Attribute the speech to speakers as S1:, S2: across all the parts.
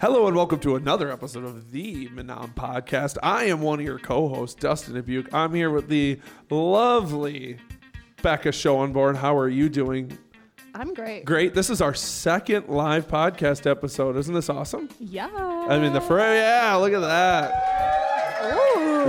S1: Hello and welcome to another episode of the Menom Podcast. I am one of your co-hosts, Dustin Abuke. I'm here with the lovely Becca Schoenborn. How are you doing?
S2: I'm great.
S1: Great. This is our second live podcast episode. Isn't this awesome?
S2: Yeah.
S1: I mean, the fr- yeah. Look at that.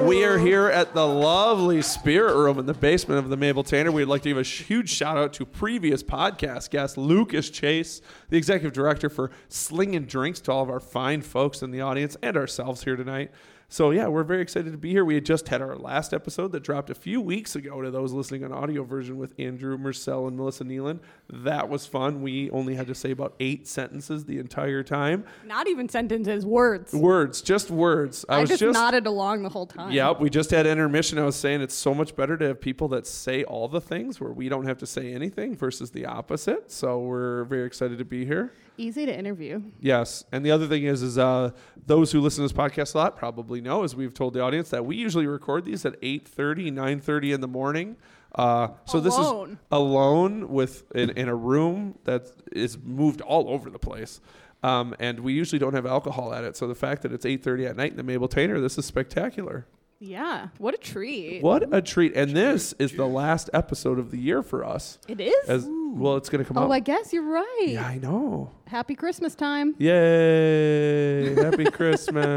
S1: We are here at the lovely Spirit Room in the basement of the Mabel Tanner. We'd like to give a huge shout out to previous podcast guest Lucas Chase, the executive director for Slinging Drinks, to all of our fine folks in the audience and ourselves here tonight. So yeah, we're very excited to be here. We had just had our last episode that dropped a few weeks ago to those listening on audio version with Andrew Marcel and Melissa Nealon. That was fun. We only had to say about eight sentences the entire time.
S2: Not even sentences, words.
S1: Words, just words. I,
S2: I
S1: was
S2: just,
S1: just,
S2: nodded along the whole time.
S1: Yep, we just had intermission. I was saying it's so much better to have people that say all the things where we don't have to say anything versus the opposite. So we're very excited to be here.
S2: Easy to interview.
S1: Yes, and the other thing is, is uh, those who listen to this podcast a lot probably know, as we've told the audience, that we usually record these at 8.30, 9.30 in the morning. Uh, so this is
S2: Alone.
S1: alone with in, in a room that is moved all over the place. Um, and we usually don't have alcohol at it. So the fact that it's 8.30 at night in the Mabel Tainer, this is spectacular.
S2: Yeah. What a treat.
S1: What a treat! And this is the last episode of the year for us.
S2: It is?
S1: As well, it's going to come
S2: oh,
S1: out.
S2: I guess you're right.
S1: yeah, I know.
S2: Happy Christmas time.
S1: Yay! Happy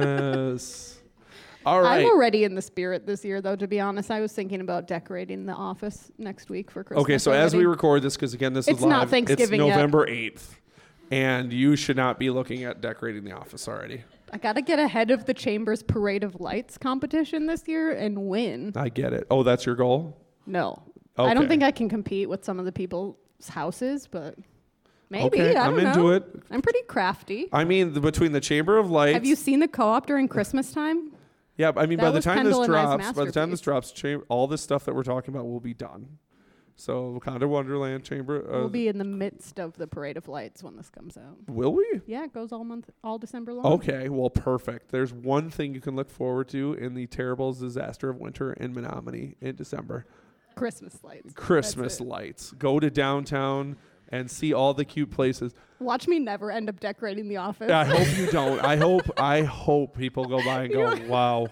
S1: Christmas. All right.
S2: I'm already in the spirit this year, though, to be honest. I was thinking about decorating the office next week for Christmas.
S1: okay, so as we
S2: already.
S1: record this, because again, this
S2: It's
S1: is
S2: not
S1: live.
S2: Thanksgiving
S1: It's
S2: yet.
S1: November eighth, and you should not be looking at decorating the office already.
S2: I got to get ahead of the Chamber's Parade of Lights competition this year and win.
S1: I get it. Oh, that's your goal.
S2: No. I
S1: Okay.
S2: don't think I can compete with some of the people's houses, but maybe.
S1: Okay,
S2: I
S1: I'm
S2: don't
S1: into
S2: know.
S1: it.
S2: I'm pretty crafty.
S1: I mean, the, between the Chamber of Lights.
S2: Have you seen the co-op during Christmas time?
S1: yeah, I mean,
S2: That
S1: by the
S2: was
S1: time
S2: Kendall
S1: this
S2: and I's
S1: drops, by the time this
S2: masterpiece.
S1: drops, cha- all this stuff that we're talking about will be done. So, Wakanda Wonderland Chamber. Uh,
S2: we'll be in the midst of the parade of lights when this comes out.
S1: Will we?
S2: Yeah, it goes all month, all December long.
S1: Okay, well, perfect. There's one thing you can look forward to in the terrible disaster of winter in Menominee in December
S2: Christmas lights.
S1: Christmas
S2: That's it.
S1: lights. Go to downtown and see all the cute places.
S2: Watch me never end up decorating the office.
S1: I hope you don't. I hope I hope people go by and go,
S2: You-
S1: "Wow,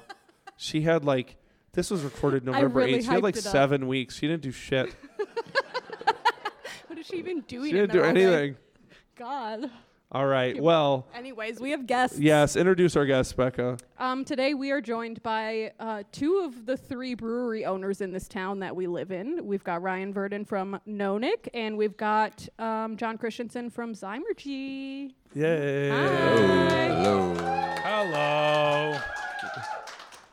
S1: she had like this was recorded
S2: I
S1: November
S2: really
S1: 8th. She had
S2: hyped
S1: like
S2: it up.
S1: 7 weeks. She didn't do shit.
S2: what is she even doing?
S1: She
S2: in
S1: didn't
S2: there
S1: do
S2: all day?
S1: anything."
S2: God.
S1: All right. Well,
S2: Anyways, we have guests.
S1: yes, introduce our guest, Becca.
S2: Um, today we are joined by uh, two of the three brewery owners in this town that we live in. We've got Ryan Verdon from Nonick, and we've got um, John Christensen from Zymergy.
S1: Yay.
S2: Hi.
S1: Hello.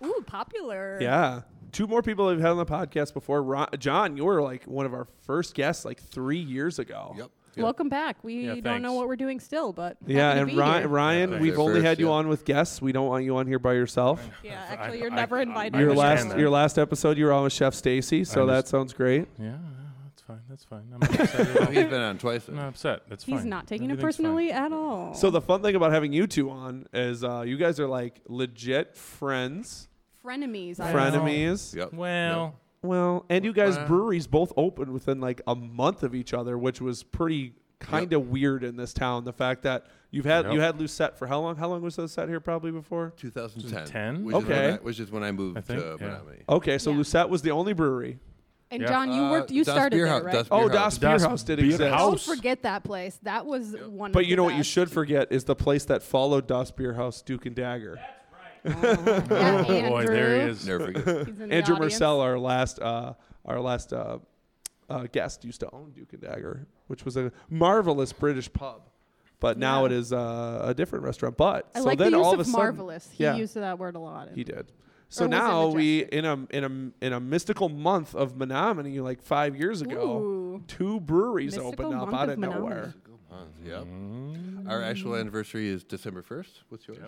S2: Ooh, popular.
S1: Yeah. Two more people I've had on the podcast before. Ron, John, you were like one of our first guests like three years ago.
S3: Yep.
S2: Welcome back. We
S3: Yeah,
S2: don't know
S3: thanks.
S2: what we're doing still, but
S1: Yeah,
S2: happy to
S1: and
S2: be
S1: Ryan,
S2: here.
S1: Ryan
S3: Yeah,
S1: we've
S3: they're
S1: only
S3: first,
S1: had you
S3: yeah.
S1: on with guests. We don't want you on here by yourself.
S2: yeah,
S3: I-
S2: actually, you're
S3: I-
S2: never
S3: I-
S2: invited.
S3: I
S1: Your
S3: understand
S1: last
S3: that.
S1: your last episode, you were on with Chef Stacy, so that
S4: underst-
S1: sounds great.
S4: Yeah, yeah, that's fine. That's fine. I'm not upset.
S3: Oh,
S4: at all.
S3: he's been on twice.
S4: I'm not upset. That's fine.
S2: He's not taking it
S4: Everything's fine.
S2: personally at all.
S1: So the fun thing about having you two on is uh, you guys are like legit friends,
S2: frenemies. I
S4: Fren-
S2: don't know.
S1: frenemies.
S3: Yep.
S4: Well,
S1: Well, and you guys'
S3: Wow.
S1: breweries both opened within like a month of each other, which was pretty kind of weird in this town. The fact that you've had
S4: Yep.
S1: you had Lucette for how long? How long was Lucette here? Probably before.
S3: 2010.
S4: 2010?
S3: Which Is
S1: Okay.
S3: when I, which is when I moved
S4: I think,
S3: to
S4: yeah.
S3: Menominee.
S1: Okay, so
S2: Yeah.
S1: Lucette was the only brewery.
S2: And
S4: Yeah.
S2: John, you
S3: Uh,
S2: worked. You
S3: Das
S2: started
S3: Beer
S2: there,
S3: House-
S2: right?
S3: Das Beer
S1: Oh, Das
S3: House.
S1: Beer
S4: Das
S1: House did
S4: Beer
S1: exist.
S4: House.
S2: Don't forget that place. That was one.
S1: But
S2: of
S1: you
S2: the
S1: know what you
S2: best.
S1: should forget is the place that followed Das Beer House, Duke and Dagger.
S2: Yeah,
S4: oh, boy, there he
S2: Andrew.
S4: is.
S3: Never forget.
S2: He's in the
S1: Andrew
S2: audience.
S1: Marcel, our last uh, our last uh, uh, guest, used to own Duke and Dagger, which was a marvelous British pub. But now
S2: Yeah.
S1: it is uh, a different restaurant. But
S2: I
S1: so
S2: like the
S1: then
S2: use
S1: all of
S2: of,
S1: a sudden,
S2: marvelous.
S1: yeah.
S2: He used that word a lot.
S1: He did. So
S2: was it
S1: now we
S2: Majestic?
S1: in a in a in a mystical month of Menominee, like five years ago,
S2: Ooh.
S1: two breweries
S2: Mystical
S1: opened up
S2: month
S1: out
S2: of
S1: of
S2: Menominee.
S1: nowhere.
S3: yep. Our actual anniversary is December 1st. What's yours?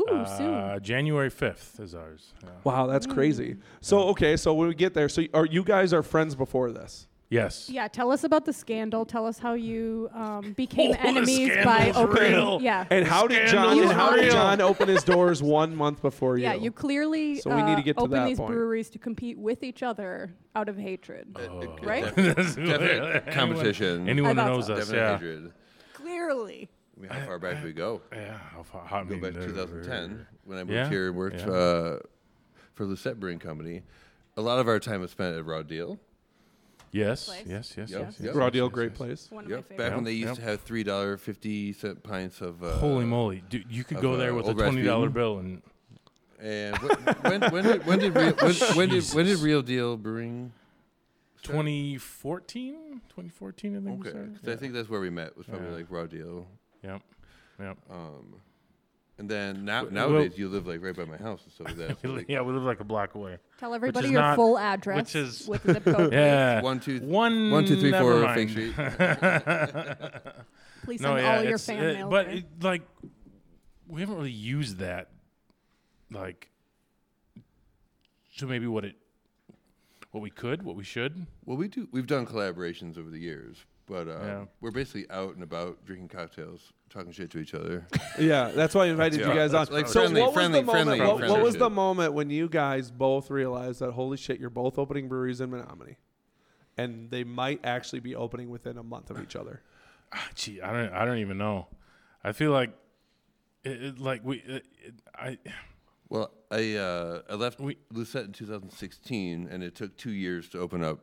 S2: Ooh, soon.
S4: Uh, January 5th is ours. Yeah.
S1: Wow, that's
S2: Mm.
S1: crazy. So okay, so when we get there, so are you guys are friends before this?
S4: Yes.
S2: Yeah, tell us about the scandal. Tell us how you um, became
S4: Oh, the
S2: enemies by
S4: scandal's
S2: opening.
S4: real.
S2: Yeah,
S1: And how did John
S4: Scandal
S1: and how did
S4: real.
S1: John open his doors one month before you?
S2: yeah, you clearly
S1: So we need to
S2: uh,
S1: get to
S2: open
S1: that
S2: these
S1: point.
S2: breweries to compete with each other out of hatred. Right?
S4: That's-
S3: Definite
S4: anyone-
S3: competition.
S4: Anyone who
S2: I thought
S4: knows
S2: so.
S4: us,
S3: Definite
S4: yeah.
S3: hatred.
S2: clearly,
S3: I mean, how far back do we go?
S4: Yeah, how far? How, I
S3: Go
S4: mean,
S3: back to
S4: there-
S3: 2010 when I moved
S4: Yeah,
S3: here and worked
S4: yeah.
S3: uh, for Lucette Brewing Company. A lot of our time was spent at Raw Deal.
S4: Yes,
S2: Place.
S4: yes, yes,
S3: Yep,
S4: yes,
S3: yep.
S4: yes.
S1: Raw
S4: yes,
S1: deal,
S4: yes,
S1: great
S4: yes.
S1: place.
S2: One of
S3: Yep.
S2: my
S3: Back
S2: favorites.
S3: when they used
S4: Yep,
S3: to have three dollar fifty cent pints of uh,
S4: Holy moly, dude! You could
S3: of,
S4: go there
S3: uh,
S4: with a
S3: Old
S4: twenty dollar
S3: Rasputin.
S4: bill and
S3: And wh- when, when, did, when did real, when, when did when did
S4: Jesus.
S3: Real Deal Brewing?
S4: 2014, 2014, I think. we
S3: Okay,
S4: started.
S3: 'cause I think that's where we met. Was probably
S4: Yeah.
S3: like Raw Deal.
S4: Yep. Yep.
S3: Um, and then now
S4: W-
S3: nowadays you live like right by my house, so that's
S4: We li-
S3: like
S4: yeah, we live like a block away.
S2: Tell everybody
S4: is
S2: your
S4: not-
S2: full address
S4: which is-
S2: with the code.
S4: Yeah.
S3: one two th-
S4: One,
S3: one, two, three,
S4: never
S3: four, Fake
S4: mind.
S3: Street.
S2: Please
S4: no,
S2: send
S4: yeah,
S2: all your
S4: it's,
S2: fan
S4: uh,
S2: mail.
S4: but
S2: there.
S4: it, like we haven't really used that, like to maybe what it, what we could, what we should.
S3: Well, we do. We've done collaborations over the years, but um,
S4: Yeah.
S3: we're basically out and about drinking cocktails, talking shit to each other.
S1: Yeah, that's why I invited
S3: Yeah,
S1: you guys on.
S3: that's like
S1: so
S3: friendly-
S1: what was
S3: friendly-
S1: the moment?
S3: friendly-
S1: what,
S3: friendly
S1: what was
S3: shit.
S1: the moment when you guys both realized that holy shit, you're both opening breweries in Menominee, and they might actually be opening within a month of each other?
S4: Ah, Gee, I don't, I don't even know. I feel like, it, it- like we, it, it, I,
S3: Well, I uh, I left
S4: We-
S3: Lucette in 2016, and it took two years to open up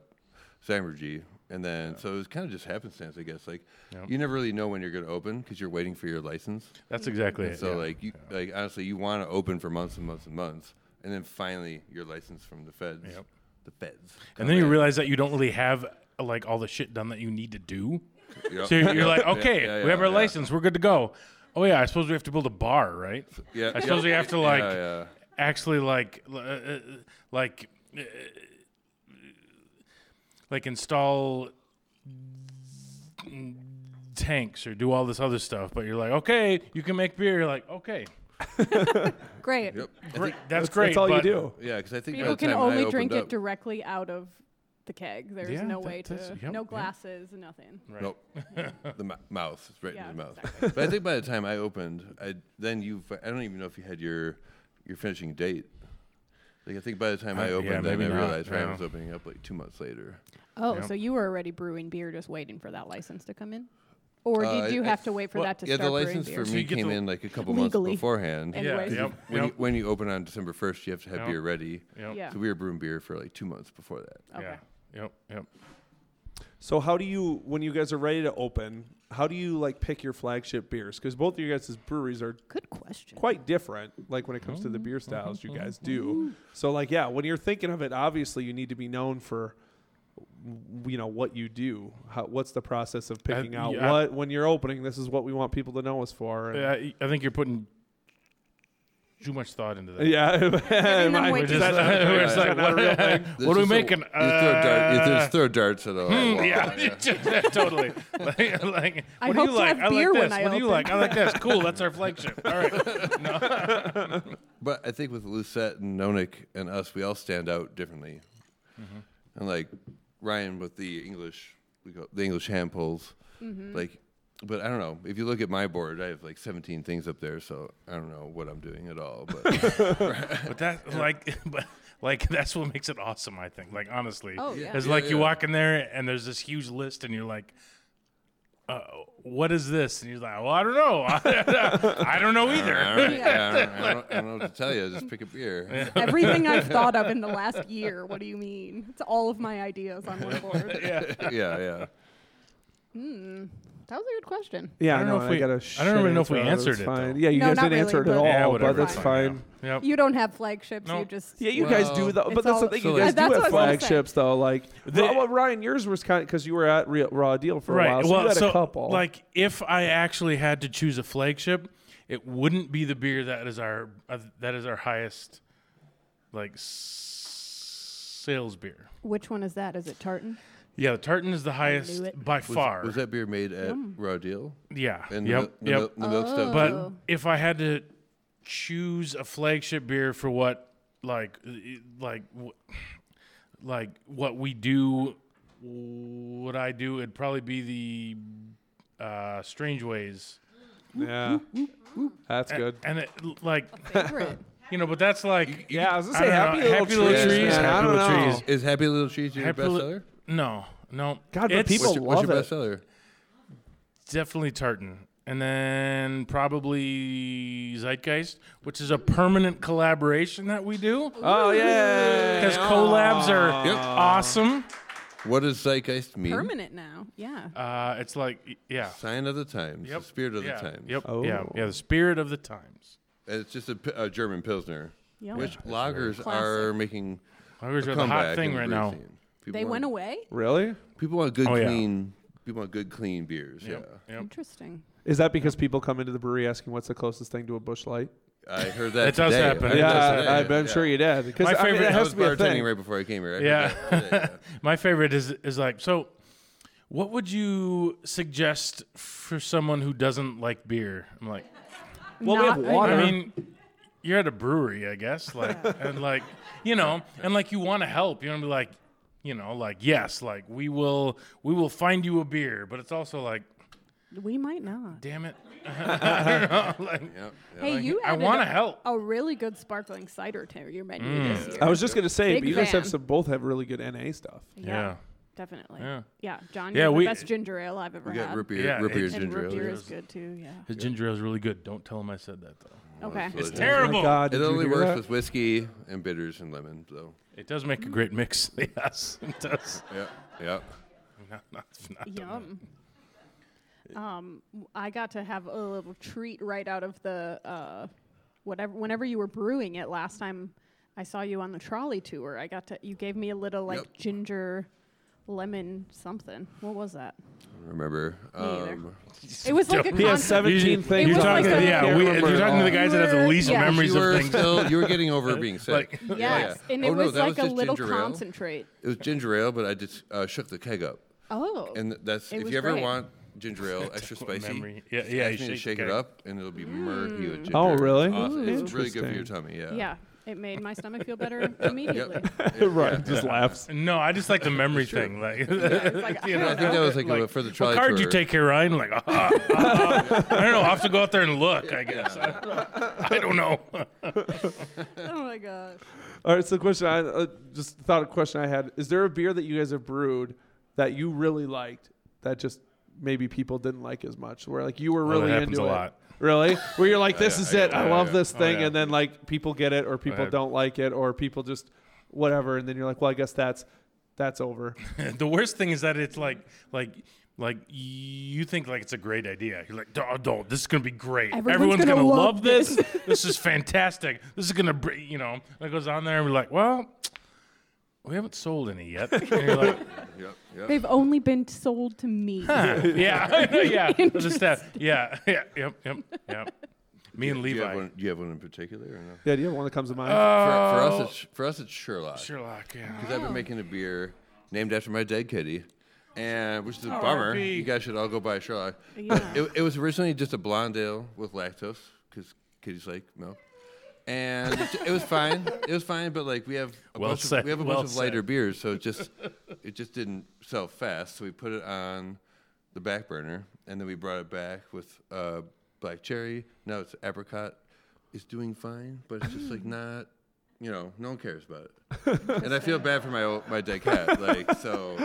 S3: Symergy, and then so it was kind of just happenstance, I guess. Like
S4: Yeah.
S3: you never really know when you're going to open because you're waiting for your license.
S4: that's exactly
S3: And
S4: it.
S3: so
S4: yeah.
S3: like you like honestly, you want to open for months and months and months, and then finally your license from the feds.
S4: Yep.
S3: The feds.
S4: and then you realize that you don't really have uh, like all the shit done that you need to do.
S3: Yep.
S4: So you're like, okay,
S3: Oh. yeah,
S4: we have our
S3: yeah.
S4: license, we're good to go. Oh yeah, I suppose we have to build a bar, right?
S3: Yeah,
S4: I suppose we have to like
S3: Yeah, yeah.
S4: actually like l- uh, uh, like uh, like install tanks or do all this other stuff. But you're like, okay, you can make beer. You're like, okay,
S2: Great.
S3: Yep. I
S4: great,
S3: think-
S4: that's great.
S1: That's all you
S4: but-
S1: do.
S3: yeah, because I think by
S2: People
S3: the
S2: can
S3: time I
S2: only
S3: opened
S2: drink
S3: up,
S2: it directly out of the keg. There's
S4: Yeah,
S2: no
S4: that-
S2: way to
S4: that's- yep,
S2: no
S4: yep.
S2: glasses, nothing.
S4: Right.
S3: Nope. the mou- mouth, it's right
S2: Yeah,
S3: in the mouth. But I think by the time I opened, I then you. I don't even know if you had your your finishing date. Like I think by the time
S4: Uh,
S3: I
S4: yeah,
S3: opened, then
S4: maybe
S3: I
S4: not,
S3: realized Ryan
S4: yeah.
S3: was opening up like two months later.
S2: Oh,
S4: Yep.
S2: so you were already brewing beer, just waiting for that license to come in, or
S3: Uh,
S2: did you
S3: I-
S2: have to wait for
S4: well,
S2: that to
S3: yeah,
S2: start
S3: the
S2: brewing
S3: license
S2: beer?
S3: for
S4: So
S3: me
S4: you get
S3: came
S4: the-
S3: in like a couple
S2: Legally.
S3: months beforehand.
S2: And-
S4: Yeah.
S2: Anyways.
S4: Yep.
S3: When,
S4: yep,
S3: you, when you open on December first, you have to have
S4: Yeah.
S3: beer ready.
S4: yep,
S2: Yeah.
S3: So we were brewing beer for like two months before that.
S2: Okay.
S4: Yeah. Yep. Yep.
S1: So how do you, when you guys are ready to open, how do you like pick your flagship beers? Because both of you guys' breweries are
S2: Good question.
S1: quite different. Like when it comes to
S4: Oh,
S1: the beer styles
S4: uh-huh,
S1: you guys do. So like yeah, when you're thinking of it, obviously you need to be known for w- you know what you do. How, what's the process of picking out
S4: yeah.
S1: what when you're opening? This is what we want people to know us for.
S4: Yeah, I, I think you're putting too much thought into that.
S1: yeah.
S2: them
S1: Am I-
S2: way
S4: We're
S2: too
S4: just,
S1: is that- is
S4: we're just
S1: that
S4: like,
S1: not a
S4: what,
S1: real thing?
S3: There's
S4: what are we
S3: just a-
S4: making?
S3: you throw dart, you
S4: Uh,
S3: just throw darts at a wall.
S4: yeah, totally. Like, like,
S2: I
S4: what
S2: hope
S4: do you
S2: to
S4: like?
S2: have
S4: I like
S2: beer
S4: this.
S2: when
S4: what
S2: I
S4: do you
S2: open.
S4: like? I like this. Cool. That's our flagship. All right.
S3: But I think with Lucette and Nonik and us, we all stand out differently.
S4: Mm-hmm.
S3: And like Ryan with the English, we go the English hand pulls. Like, but I don't know. If you look at my board, I have like 17 things up there, so I don't know what I'm doing at all. But
S4: But that, like, but, like that's what makes it awesome. I think. Like honestly,
S2: Oh, Yeah.
S4: it's
S3: yeah.
S4: like you
S3: Yeah,
S4: walk in there and there's this huge list, and you're like. Uh, what is this? And you're like, well, I don't know. I don't know
S3: I
S4: either.
S3: don't, yeah, I, don't, I, don't, I don't know what to tell you. Just pick a beer.
S2: Everything I've thought of in the last year. What do you mean? It's all of my ideas on one board. Hmm.
S4: Yeah.
S3: yeah, yeah.
S2: That was a good question.
S1: Yeah,
S4: I don't
S1: no,
S4: know if we-
S1: got a
S4: I don't
S1: shit
S4: even know if we
S1: answer out of
S4: answered
S1: It's
S4: it,
S1: Fine.
S4: though.
S1: Yeah, you
S2: No,
S1: guys
S2: not
S1: didn't
S2: really,
S1: answer it at
S2: but-
S1: all,
S4: Yeah,
S1: Oh, but
S4: whatever,
S1: that's
S4: fine,
S1: fine.
S4: Yeah. Yep.
S2: You don't have flagships. You
S4: Nope.
S2: just
S1: Yeah, you
S3: Well,
S1: guys do though, but
S2: it's
S1: that's the
S2: all-
S1: thing.
S3: so
S1: you guys
S2: like- That's
S1: do have
S2: what I was gonna say.
S1: flagships though. Like
S4: The-
S1: well, Ryan, yours was kind because you were at Real, Raw Deal for a while, so you had a couple.
S4: Like, if I actually had to choose a flagship, it wouldn't be the beer that is our uh, that is our highest like s- sales beer.
S2: Which one is that? Is it tartan?
S4: Yeah, the Tartan is the highest
S2: it.
S4: by
S3: Was,
S4: far.
S3: was that beer made at Raw Deal?
S4: yeah.
S3: And
S4: yep.
S3: the, mil- the,
S4: yep.
S3: mil- the milk stout
S4: But
S3: too?
S2: Oh.
S4: if I had to choose a flagship beer for what like i- like wh- like what we do, what I do, it'd probably be the uh, Strange Ways.
S1: yeah, that's good.
S4: And it, like
S2: Favorite.
S4: you know, but that's like
S1: Yeah, I was gonna
S4: I
S1: say
S4: don't
S1: happy,
S4: know.
S1: little
S4: Happy Little
S1: trees.
S4: Trees,
S1: man. I
S4: Happy
S1: don't
S4: Little
S1: know.
S4: Trees.
S3: Is Happy Little Cheese your
S4: Happy
S3: best
S4: Li-
S3: seller?
S4: no, no.
S1: God, but
S4: it's
S1: people-
S3: What's your, what's your
S1: Love it.
S3: best seller?
S4: definitely tartan. and then probably Zeitgeist, which is a permanent collaboration that we do
S1: Oh yeah.
S4: because collabs are
S3: Yep.
S4: awesome.
S3: What does zeitgeist mean?
S2: Permanent now. Yeah.
S4: Uh, it's like y- yeah,
S3: Sign of the times.
S4: yep,
S3: The spirit of
S4: yeah,
S3: the times.
S4: Yep,
S1: Oh.
S4: yeah, yeah, the spirit of the times.
S3: And it's just a, pi- a German pilsner,
S2: Yeah.
S3: which lagers are
S2: Classic.
S3: making
S4: I always
S3: a
S4: got the hot
S3: comeback in
S4: thing
S3: the
S4: right
S3: beer
S4: now.
S3: scene. People
S2: They
S3: want,
S2: went away.
S1: Really?
S3: People want good
S4: Oh, yeah.
S3: clean. People want good clean beers.
S4: Yep, yep.
S2: Interesting.
S1: Is that because people come into the brewery asking what's the closest thing to a bush light?
S3: Yeah, I heard that.
S4: It does
S3: today.
S4: happen.
S3: I heard
S4: Yeah,
S3: that
S1: I,
S3: today.
S1: I've been
S3: Yeah.
S1: sure you did. Because
S4: My
S1: I mean,
S4: favorite-
S1: it
S3: I
S1: has
S3: was
S1: to be a thing.
S3: bartending right before I came here. I heard that today,
S4: Yeah.
S3: yeah.
S4: My favorite is is like so. What would you suggest for someone who doesn't like beer? I'm like,
S1: Well, we have
S2: Not-
S1: water.
S4: I mean, you're at a brewery, I guess, like and like you know, and like you want to help. You want to be like, you know, like yes, like we will we will find you a beer, but it's also like,
S2: We might not.
S4: damn it, I don't know, like,
S2: Hey, you
S4: I
S2: added
S4: wanna
S2: a-
S4: help. Mm. Oh,
S2: A really good sparkling cider to your menu this year.
S1: I was just gonna say,
S2: Big
S1: but you guys have
S2: fan.
S1: some both have really good NA stuff.
S2: Yeah.
S4: Yeah.
S2: Definitely.
S4: Yeah.
S2: John,
S4: Yeah,
S2: yeah,
S4: we-
S2: the best ginger ale I've ever
S3: We got
S2: had.
S3: root beer,
S4: Yeah,
S3: root beer
S4: it's-
S2: and
S3: ginger
S2: root beer
S3: ale.
S2: is good too. Yeah.
S4: his ginger ale is really good. Don't tell him I said that though.
S2: Okay.
S3: It's
S4: It's terrible.
S1: Oh my God,
S3: It
S1: did you
S3: only
S1: hear
S3: works
S1: that?
S3: with whiskey and bitters and lemon, though.
S4: It does make a great mix. yes, it does.
S3: Yeah, yeah.
S4: Not, not, not done that.
S2: Yum. Um, w- I got to have a little treat right out of the uh, whatever. Whenever you were brewing it last time, I saw you on the trolley tour. I got to. You gave me a little like
S3: Yep.
S2: ginger, lemon something. What was that?
S3: I don't remember.
S2: either.
S3: Um,
S2: It was like a
S1: He has
S2: concept-
S1: seventeen
S4: You're
S1: things. on his
S2: It was like
S4: talking,
S1: head.
S2: a-
S4: yeah,
S1: Can't
S4: we,
S1: remember
S4: you're
S1: at
S4: talking to
S1: all.
S4: the guys that have the
S2: You're-
S4: least
S2: yeah.
S4: memories
S3: you
S4: of
S3: were
S4: things.
S3: still you were getting over being sick.
S4: Like-
S3: Oh,
S2: Yes,
S3: yeah.
S2: and it
S3: Oh, no,
S2: was
S3: that
S2: like a
S3: just
S2: little
S3: ginger ale.
S2: concentrate.
S3: It was ginger ale, but I just uh, shook the keg up,
S2: Oh,
S3: and th- that's
S2: It
S3: if
S2: was
S3: you ever
S2: great.
S3: want ginger ale extra spicy.
S4: memory. Yeah,
S3: just
S4: yeah,
S3: ask
S4: you
S3: me to
S4: shake
S3: shake
S4: the
S3: it
S4: keg.
S3: up, and it'll be murky
S2: Mm.
S3: with ginger.
S1: Oh, really?
S3: It's, awesome.
S1: Ooh.
S3: It's really good for your
S1: Interesting.
S3: tummy. Yeah.
S2: yeah, it made my stomach feel better immediately.
S1: right, just laughs.
S4: No, I just like the memory thing. Like, you
S3: I
S4: know,
S3: think that was like,
S4: Like,
S3: a, for the trial
S4: what card you take here, Ryan? Like, ah, ah, ah. I don't know. I'll have to go out there and look. I guess. I don't know.
S2: oh my gosh.
S1: All right, so the question I uh, just thought a question I had is there a beer that you guys have brewed that you really liked that just maybe people didn't like as much? Where like you were
S4: Oh, that
S1: really
S4: happens
S1: into
S4: a
S1: it.
S4: lot.
S1: Really? Where you're like, this
S3: yeah,
S1: is
S3: I
S1: it.
S3: get-
S1: I
S3: yeah,
S1: love
S3: yeah.
S1: this
S4: Oh,
S1: thing,
S4: yeah.
S1: and then like people get it, or people
S4: yeah.
S1: don't like it, or people just whatever, and then you're like, well, I guess that's that's over.
S4: the worst thing is that it's like, like. Like you think like it's a great idea. You're like, don't, don't. This is gonna be great.
S2: Everyone's
S4: gonna,
S2: gonna love
S4: love this. this is fantastic. This is gonna, br-, you know. And it goes on there and we're like, well, we haven't sold any yet. And you're like,
S3: Yep, yep.
S2: They've only been sold to me.
S4: yeah, yeah, just that. Yeah, yeah, yep, yep, yep. Me and
S3: Do you,
S4: Levi.
S3: have one, do you have one in particular or no?
S1: Yeah, do you have one that comes to mind?
S3: for, for
S4: Oh,
S3: us, it's for us, it's Sherlock.
S4: Sherlock. Yeah.
S3: Because I've been making a beer named after my dead kitty, and which is a bummer.
S4: R.I.P..
S3: You guys should all go buy Sherlock. But
S2: Yeah.
S3: It, it was originally just a blonde ale with lactose because kitties like milk, and it, it was fine. It was fine, but like we have a
S4: Well
S3: bunch
S4: said,
S3: of we have a
S4: well
S3: bunch of lighter
S4: said.
S3: beers, so it just it just didn't sell fast. So we put it on the back burner, and then we brought it back with uh, black cherry. Now it's apricot. It's doing fine, but it's just like not. You know, no one cares about it and I feel bad for my old, my dead cat. Like so,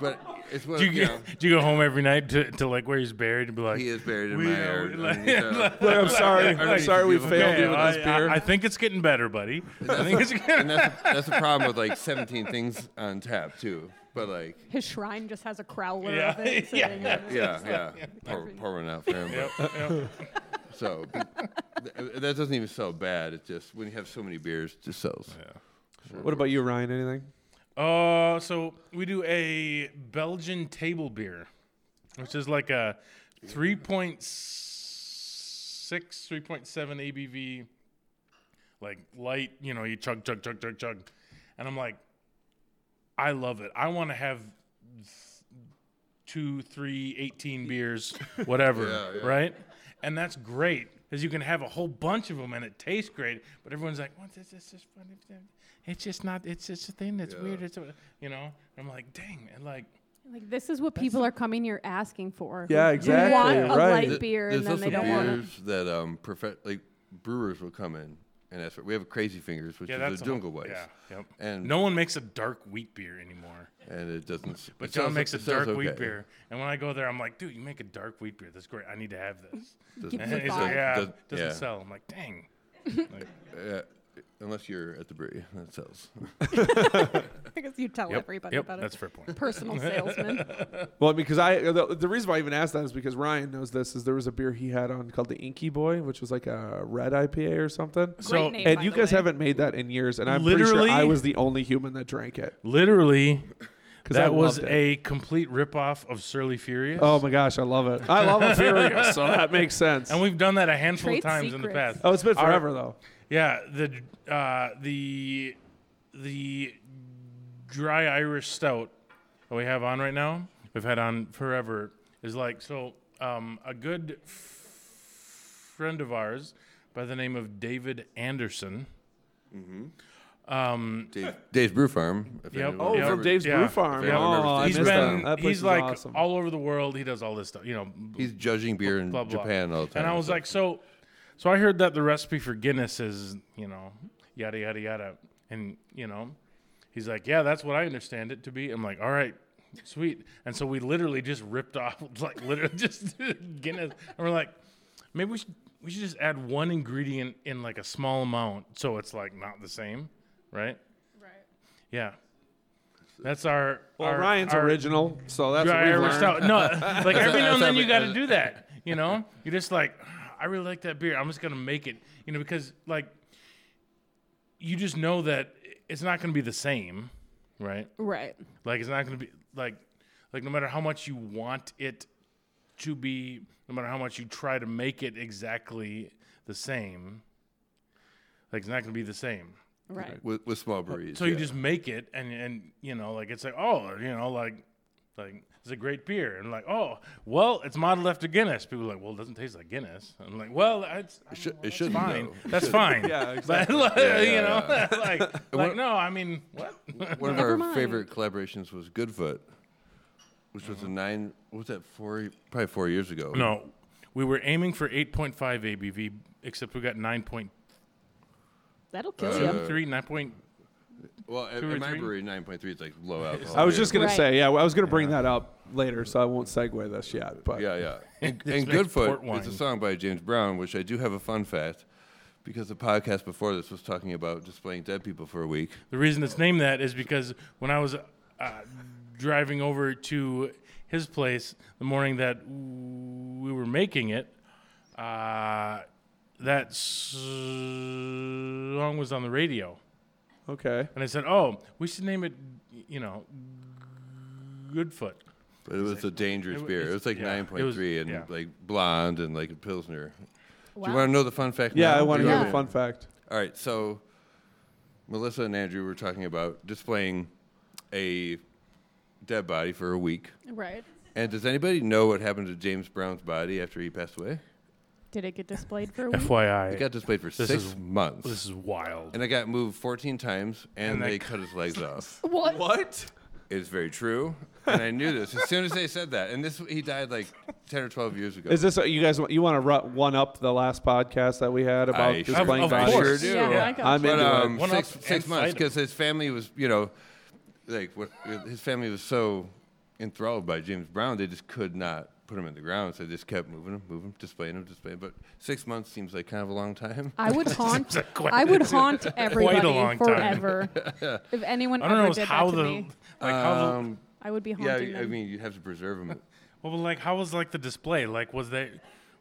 S3: but it's what
S4: Do you,
S3: you
S4: get,
S3: know,
S4: do you go home every night to, to like where he's buried and be like,
S3: he is buried in
S4: We
S3: my
S4: know,
S3: air.
S4: we
S3: and,
S4: like-
S3: you know,
S1: Look, I'm sorry. I'm
S3: Alright.
S1: sorry we
S3: Okay,
S1: failed
S4: "Hey,
S1: you with
S4: I,
S1: this beer.
S4: I, I think it's getting better, buddy. I think it's getting.
S3: and that's that's the problem with like 17 things on tap too. But like,
S2: His shrine just has a crowler
S4: Yeah,
S2: of it.
S4: yeah.
S2: sitting on it.
S3: yeah, yeah, pour, pour one out for him.
S4: Yep, yep.
S3: but- So but th- that doesn't even sell bad. It just when you have so many beers, it just sells.
S1: what about you, Ryan? Anything?
S4: Uh, so we do a Belgian table beer, which is like a 3.6, 3.7 ABV, like light, you know, you chug, chug, chug, chug, chug. And I'm like, I love it. I want to have th- two, three, 18 beers, whatever,
S3: Yeah, yeah.
S4: right? And that's great because you can have a whole bunch of them and it tastes great. But everyone's like, "What is this? This funny thing? It's just not. It's just a thing that's weird. It's a, you know." I'm like, "Dang!" And like,
S2: Like this is what people are coming here asking for.
S1: Yeah,
S2: You
S1: exactly,
S2: want a
S1: right.
S2: light
S3: Th-
S2: beer and
S3: There's
S2: then
S3: also
S2: they don't want it.
S3: beers that um profe- like brewers will come in and that's what we have. Crazy Fingers, which
S4: Yeah,
S3: is
S4: that's
S3: a
S4: whole-
S3: Dunkel Weiss.
S4: Yeah, yep.
S3: And
S4: no one makes a dark wheat beer anymore.
S3: and it doesn't.
S4: But
S3: it
S4: John
S3: sounds-
S4: makes a
S3: it sounds
S4: dark wheat
S3: okay.
S4: beer, and when I go there, I'm like, dude, you make a dark wheat beer. That's great. I need to have this.
S2: Give us
S4: And
S2: a
S4: he's
S2: five.
S4: like, yeah,
S3: Does-
S4: doesn't
S3: yeah.
S4: sell. I'm like, dang.
S3: Yeah, unless you're at the brewery, that sells.
S5: because you tell everybody
S4: yep,
S5: about it.
S4: that's a fair point.
S2: Personal salesman.
S1: Well, because I the, the reason why I even asked that is because Ryan knows this. Is there was a beer he had on called the Inky Boy, which was like a red IPA or something.
S4: So
S5: name.
S1: And
S5: by
S1: you
S5: the
S1: guys
S5: way.
S1: haven't made that in years, and I'm pretty
S4: Literally-
S1: sure I was the only human that drank it.
S4: literally,
S1: I
S4: that was
S1: loved it.
S4: a complete ripoff of Surly Furious.
S1: Oh my gosh, I love it. I love Furious, so that makes sense.
S4: and we've done that a handful
S2: Trade
S4: of times in the
S2: secrets.
S4: past.
S1: oh, it's been
S4: Our-
S1: forever though.
S4: Yeah, the uh, the the dry Irish stout that we have on right now, we've had on forever, is like so. Um, a good f- friend of ours by the name of David Anderson.
S3: Dave, Dave's Brew Farm. if
S4: Yep.
S3: anyone
S1: Oh,
S4: Yeah.
S1: from
S3: remembers.
S1: Dave's
S4: Yeah.
S1: Brew Farm.
S3: Yeah, I remember
S1: Oh, I
S4: he's
S1: missed
S4: been
S1: that. that place
S4: he's
S1: is
S4: like
S1: awesome.
S4: all over the world. He does all this stuff, you know.
S3: He's judging beer in
S4: blah, blah.
S3: Japan all the time.
S4: And I was
S3: so-
S4: like, so, so I heard that the recipe for Guinness is, you know, yada yada yada, and you know, he's like, yeah, that's what I understand it to be. I'm like, all right, sweet. And so we literally just ripped off, like, literally just Guinness, and we're like, maybe we should we should just add one ingredient in like a small amount, so it's like not the same, right?
S5: Right.
S4: Yeah. That's our
S1: well,
S4: our,
S1: Ryan's
S4: our
S1: original, so that's what
S4: dry
S1: we've
S4: Irish
S1: learned.
S4: stout. No, like every now and then you
S3: That's
S4: got to
S3: every-
S4: do that. You know, you're just like, I really like that beer. I'm just gonna make it. You know, because like, you just know that it's not gonna be the same, right?
S2: right.
S4: Like it's not gonna be like, like no matter how much you want it to be, no matter how much you try to make it exactly the same, like it's not gonna be the same.
S2: Right.
S3: with, with small breweries.
S4: So you
S3: yeah.
S4: just make it, and and you know, like it's like, oh, you know, like like it's a great beer, and like, oh, well, it's modeled after Guinness. People are like, well, it doesn't taste like Guinness. I'm like, well, it's, I mean,
S3: should-
S4: well,
S3: it
S4: that's
S3: shouldn't,
S4: fine.
S3: though. It
S4: That's fine.
S1: Yeah,
S4: But
S1: exactly.
S4: like,
S3: Yeah,
S4: you
S3: yeah,
S4: know, like, like
S3: one-
S4: no, I mean, what?
S3: One of
S2: Never
S3: our
S2: mind.
S3: favorite collaborations was Goodfoot, which was a nine. What was that? Four, probably four years ago.
S4: Uh-huh. No, we were aiming for 8.5 ABV, except we got 9.3,
S2: That'll kill
S3: Uh,
S2: you.
S4: 9.2
S3: Well, at,
S4: Two or
S3: at my
S4: three?
S3: brewery, nine point three is like low alcohol.
S1: I was just gonna
S2: Right.
S1: say, yeah, I was gonna bring that up later, so I won't segue this yet. But
S3: Yeah, yeah. And,
S4: This
S3: and
S4: makes port
S3: Goodfoot
S4: wine.
S3: is a song by James Brown, which I do have a fun fact, because the podcast before this was talking about displaying dead people for a week.
S4: The reason it's named that is because when I was uh, driving over to his place the morning that we were making it, uh, that song was on the radio.
S1: okay,
S4: And I said, oh, we should name it, you know, Goodfoot.
S3: But it was a dangerous
S4: it wa-
S3: beer.
S4: it's-
S3: It was like
S4: yeah,
S3: nine
S4: it
S3: point
S4: was-
S3: three and
S4: yeah.
S3: like blonde and like a pilsner. Do
S2: Wow.
S3: you want to know the fun fact?
S1: yeah,
S3: now?
S1: I want to
S3: Do you
S1: hear
S2: Yeah.
S1: the fun fact.
S3: All right, so Melissa and Andrew were talking about displaying a dead body for a week.
S2: Right.
S3: And does anybody know what happened to James Brown's body after he passed away?
S2: Did it get displayed for a week?
S3: It
S4: FYI,
S3: got displayed for six
S4: is-
S3: months.
S4: this is wild.
S3: and it got moved 14 times, and,
S4: And that
S3: they cut his legs off.
S2: What?
S1: What?
S3: It's very true. And I knew this as soon as they said that. And this, he died like 10 or 12 years ago.
S1: Is this you guys? want- You want to one up the last podcast that we had about
S3: I sure-
S1: displaying
S4: Of
S1: bodies?
S4: course.
S3: sure do.
S2: Yeah,
S4: Yeah.
S2: I got
S1: I'm
S2: you.
S3: But
S1: into it.
S3: um,
S4: uh, One
S3: six,
S4: up
S3: six
S4: and
S3: months
S4: fight 'em.
S3: because his family was, you know, like what, his family was so enthralled by James Brown, they just could not put him in the ground. So they just kept moving him, moving him, displaying him, displaying. But six months seems like kind of a long time.
S2: I would haunt.
S4: It's quite-
S2: I would haunt
S4: long
S2: everybody
S4: time.
S2: forever. if anyone
S4: I don't
S2: ever
S4: know
S2: did
S4: how
S2: that
S4: the,
S2: to
S4: like,
S2: me,
S4: how the,
S2: I would be
S3: Yeah,
S2: haunting
S3: I
S2: them.
S3: mean, you have to preserve him.
S4: Well, but, like, how was like the display? Like, was they,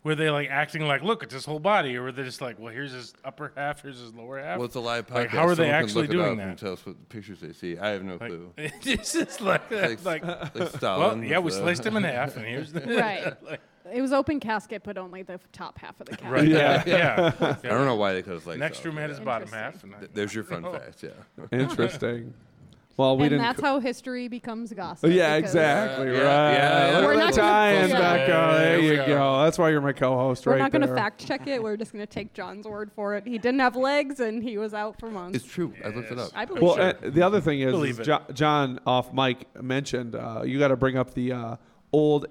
S4: were they like acting like, look, it's his whole body, or were they just like, well, here's his upper half, here's his lower half?
S3: Well, it's a live podcast.
S4: Like, how are they
S3: Someone can
S4: actually
S3: look it
S4: doing
S3: up
S4: that?
S3: And tell us what pictures they see. I have no
S4: like,
S3: clue.
S4: it's just
S3: Like,
S4: like, that, like,
S3: like
S4: well,
S3: Stalin.
S4: yeah, we
S3: with, uh,
S4: sliced him in half, and here's the,
S2: right.
S4: like,
S2: It was open casket, but only the f- top half of the casket.
S4: right, yeah, yeah.
S3: I don't know why they cut his legs
S4: Next
S3: off.
S4: room had his bottom
S2: Interesting.
S4: half, and I,
S3: Th- There's your fun fact. Yeah.
S1: Interesting. Well, we
S2: and
S1: didn't.
S2: that's
S1: co-
S2: how history becomes gossip.
S1: yeah,
S2: because
S1: exactly.
S3: Yeah,
S1: right.
S3: yeah, yeah.
S1: Look
S2: We're
S1: at
S2: not
S1: the
S2: gonna-
S1: tie-in
S2: yeah.
S1: back. Oh, there
S4: There we
S1: you
S4: go.
S1: go. That's why you're my co-host,
S2: We're
S1: right
S2: not going to
S1: there.
S2: fact check it. We're just going to take John's word for it. He didn't have legs, and he was out for months.
S3: It's true. I looked it
S4: Yes.
S3: up.
S2: I believe
S1: Well, eh,
S2: it.
S1: and the other thing is,
S4: Believe
S1: is
S4: it.
S1: Jo- John off mic mentioned uh, you got to bring up the uh, old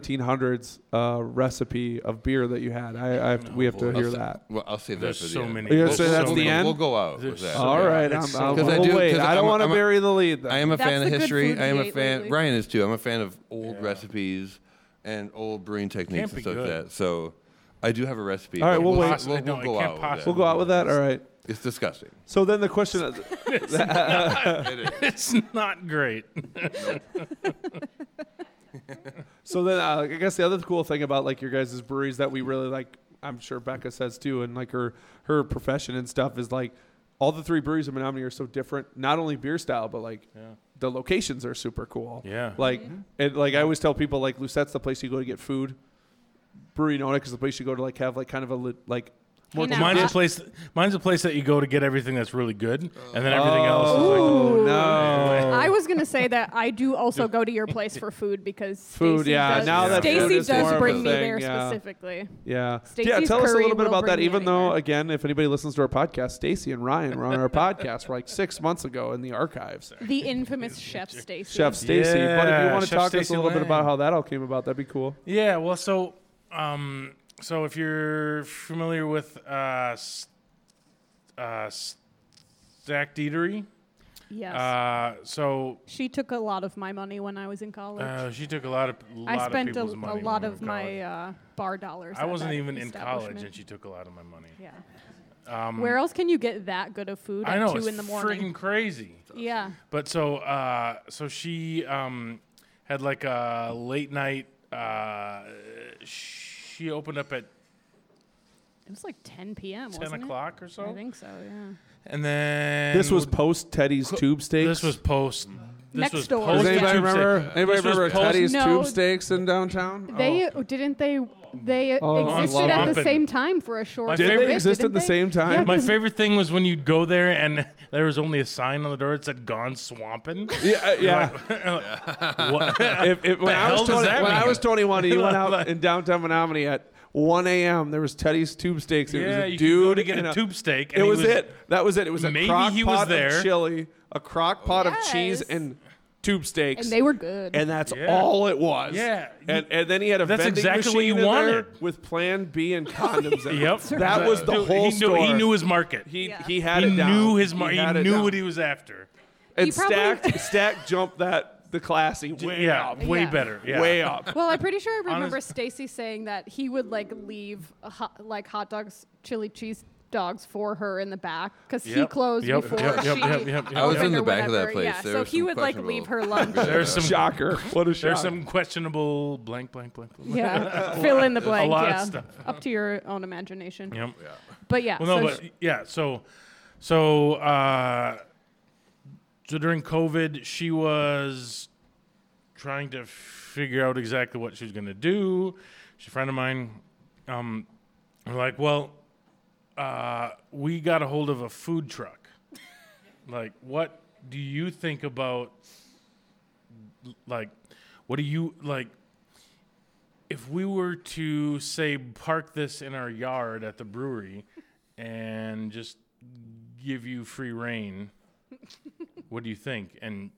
S1: 1700s uh, recipe of beer that you had. I, I have to, we have to
S3: I'll
S1: hear
S3: sa-
S1: that.
S3: Well, I'll save
S4: There's
S3: that for
S4: so
S3: the end.
S4: many.
S1: You're gonna
S4: there's
S1: say that's
S4: so
S1: the
S4: many.
S1: end?
S3: We'll go out with
S4: There's
S3: that.
S4: so
S1: All
S4: yeah,
S1: right,
S4: it's
S1: I'm,
S4: so
S1: I'll,
S4: good.
S3: 'Cause I
S1: I'll
S3: do-
S1: wait.
S3: 'cause
S1: I don't
S3: I'm-
S1: want to
S3: I'm a-
S1: bury the lead. Though.
S3: I am a
S2: That's
S3: fan
S2: the
S3: of
S2: good
S3: history.
S2: food
S3: I am
S2: we
S3: a
S2: ate
S3: fan.
S2: lately.
S3: Ryan is too. I'm a fan of old recipes and old brewing techniques
S4: be
S3: and stuff like
S4: good.
S3: that. So I do have a recipe.
S1: All right,
S3: but
S1: we'll
S3: we'll,
S1: wait.
S3: we'll-
S4: Possibly- no,
S3: we'll
S4: it
S3: go
S4: can't
S3: out.
S4: possibly-
S1: We'll go out with that. All right.
S3: that. It's disgusting.
S1: So then the question is,
S4: It's not great.
S1: so then uh, I guess the other cool thing about like your guys' breweries that we really like, I'm sure Becca says too, and like her her profession and stuff is like all the three breweries in Menominee are so different, not only beer style, but like the locations are super cool.
S4: Yeah.
S1: Like
S2: Mm-hmm.
S1: and like I always tell people like Lucette's the place you go to get food. Brewery Nonic is the place you go to like have like kind of a lit, like
S2: Hang out.
S4: mine's a place. Mine's a place that you go to get everything that's really good, and then everything else is like.
S1: oh no.
S2: I was gonna say that I do also go to your place for food because
S1: Food,
S2: Stacy
S1: yeah,
S2: Does,
S1: now
S3: that food
S2: Stacy
S3: is more
S2: does
S3: of
S2: bring
S3: a
S2: me
S1: thing,
S2: there
S1: yeah.
S2: specifically.
S1: Yeah. yeah.
S2: Stacy's
S1: Tell us a
S2: curry
S1: little bit
S2: will
S1: about
S2: bring
S1: that.
S2: me
S1: Even though,
S2: anywhere.
S1: again, if anybody listens to our podcast, Stacy and Ryan were on our podcast for like six months ago in the archives.
S2: The infamous chef Stacy.
S1: Chef Stacy. but if you
S4: Yeah,
S1: want to
S4: Chef
S1: talk to us a
S4: Stacy
S1: little bit
S4: Lang.
S1: about how that all came about, that'd be cool.
S4: Yeah, well, so um, so if you're familiar with uh, s- uh, Stacked Eatery,
S2: Yes.
S4: uh, so
S2: she took a lot of my money when I was in college.
S4: uh, she took a lot of a lot
S2: I spent
S4: of
S2: a,
S4: people's
S2: a
S4: money
S2: lot
S4: when
S2: of
S4: we were in
S2: my
S4: college.
S2: uh, bar dollars.
S4: I
S2: at
S4: wasn't
S2: that
S4: even in college, and
S2: establishment.
S4: she took a lot of my money.
S2: yeah. Where else can you get that good of food
S4: I
S2: at
S4: know
S2: two
S4: it's
S2: in the morning?
S4: freaking crazy.
S2: Yeah.
S4: But so uh, so she um, had like a late night. Uh, she opened up at
S2: It was like 10 p.m.
S4: ten
S2: wasn't it?
S4: o'clock or so,
S2: I think so. Yeah.
S4: and then
S1: This was post Teddy's tube steaks.
S4: This was post. This
S2: Next
S4: was
S2: door.
S4: post-
S1: Does
S2: Post
S1: anybody
S4: Tube
S1: remember?
S4: Steak.
S1: Anybody
S4: This was
S1: remember
S4: post-
S1: Teddy's
S2: No.
S1: tube steaks in downtown? Oh.
S2: They didn't they they
S1: Oh,
S2: existed
S4: I'm
S2: at the
S4: loving-
S2: same time for a short.
S4: My
S1: Did
S4: favorite-
S1: they
S4: Did
S1: exist at the same time?
S4: My favorite thing was when you'd go there and there was only a sign on the door that said "Gone Swampin."
S1: Yeah, uh, yeah.
S4: What?
S1: if, if, when I
S4: hell
S1: was
S4: does
S1: 20,
S4: that
S1: when I
S4: mean?
S1: was 21, you went out in downtown Menominee at 1 a.m. There was Teddy's tube steaks. It
S4: yeah,
S1: was a
S4: you
S1: dude
S4: could go to get
S1: in
S4: a tube steak.
S1: It
S4: and he
S1: was, it. That was it. It was a
S4: Maybe
S1: crock
S4: he was
S1: pot
S4: there.
S1: of chili, a crock pot of cheese,
S2: Yes.
S1: and tube steaks.
S2: And they were good.
S1: And that's
S4: Yeah.
S1: all it was.
S4: Yeah.
S1: And, and then he had a
S4: That's
S1: vending
S4: exactly
S1: machine
S4: what you
S1: in there
S4: wanted.
S1: with Plan B and condoms. in it.
S4: Yep.
S1: That was the
S4: Dude,
S1: whole
S4: he
S1: store.
S4: Knew, he knew his market.
S1: He,
S2: Yeah.
S1: he had
S4: He
S1: it down.
S4: knew his mar- He,
S1: had it
S4: knew
S1: down.
S4: what he was after.
S1: And
S2: He probably-
S1: stacked stack jumped that the classy way
S4: yeah,
S1: up,
S4: way
S2: Yeah.
S4: better. Yeah.
S1: way up.
S2: well, I'm pretty sure I remember
S4: Honest-
S2: Stacy saying that he would like leave a hot, like hot dogs, chili cheese dogs for her in the back because he
S4: Yep.
S2: closed
S4: Yep,
S2: before
S4: yep, yep,
S2: she.
S4: yep, yep, yep.
S3: I was
S2: opened
S3: in
S2: or
S3: the back of that
S2: whatever.
S3: place.
S2: Yeah,
S3: There
S2: so
S3: was
S2: he
S3: some
S2: would like leave her lunch.
S4: There's some.
S1: Shocker! What a shocker!
S4: There's some questionable blank, blank, blank. blank.
S2: yeah, fill in the blank.
S4: lot of
S2: yeah,
S4: stuff.
S2: up to your own imagination.
S4: Yep.
S2: But yeah,
S4: Well, no,
S2: so
S4: but yeah. So, so, uh, so during COVID, she was trying to figure out exactly what she was going to do. She's a friend of mine. Um, I'm like, well, uh, we got a hold of a food truck. like, what do you think about, like, what do you like? if we were to say park this in our yard at the brewery and just give you free reign, what do you think? And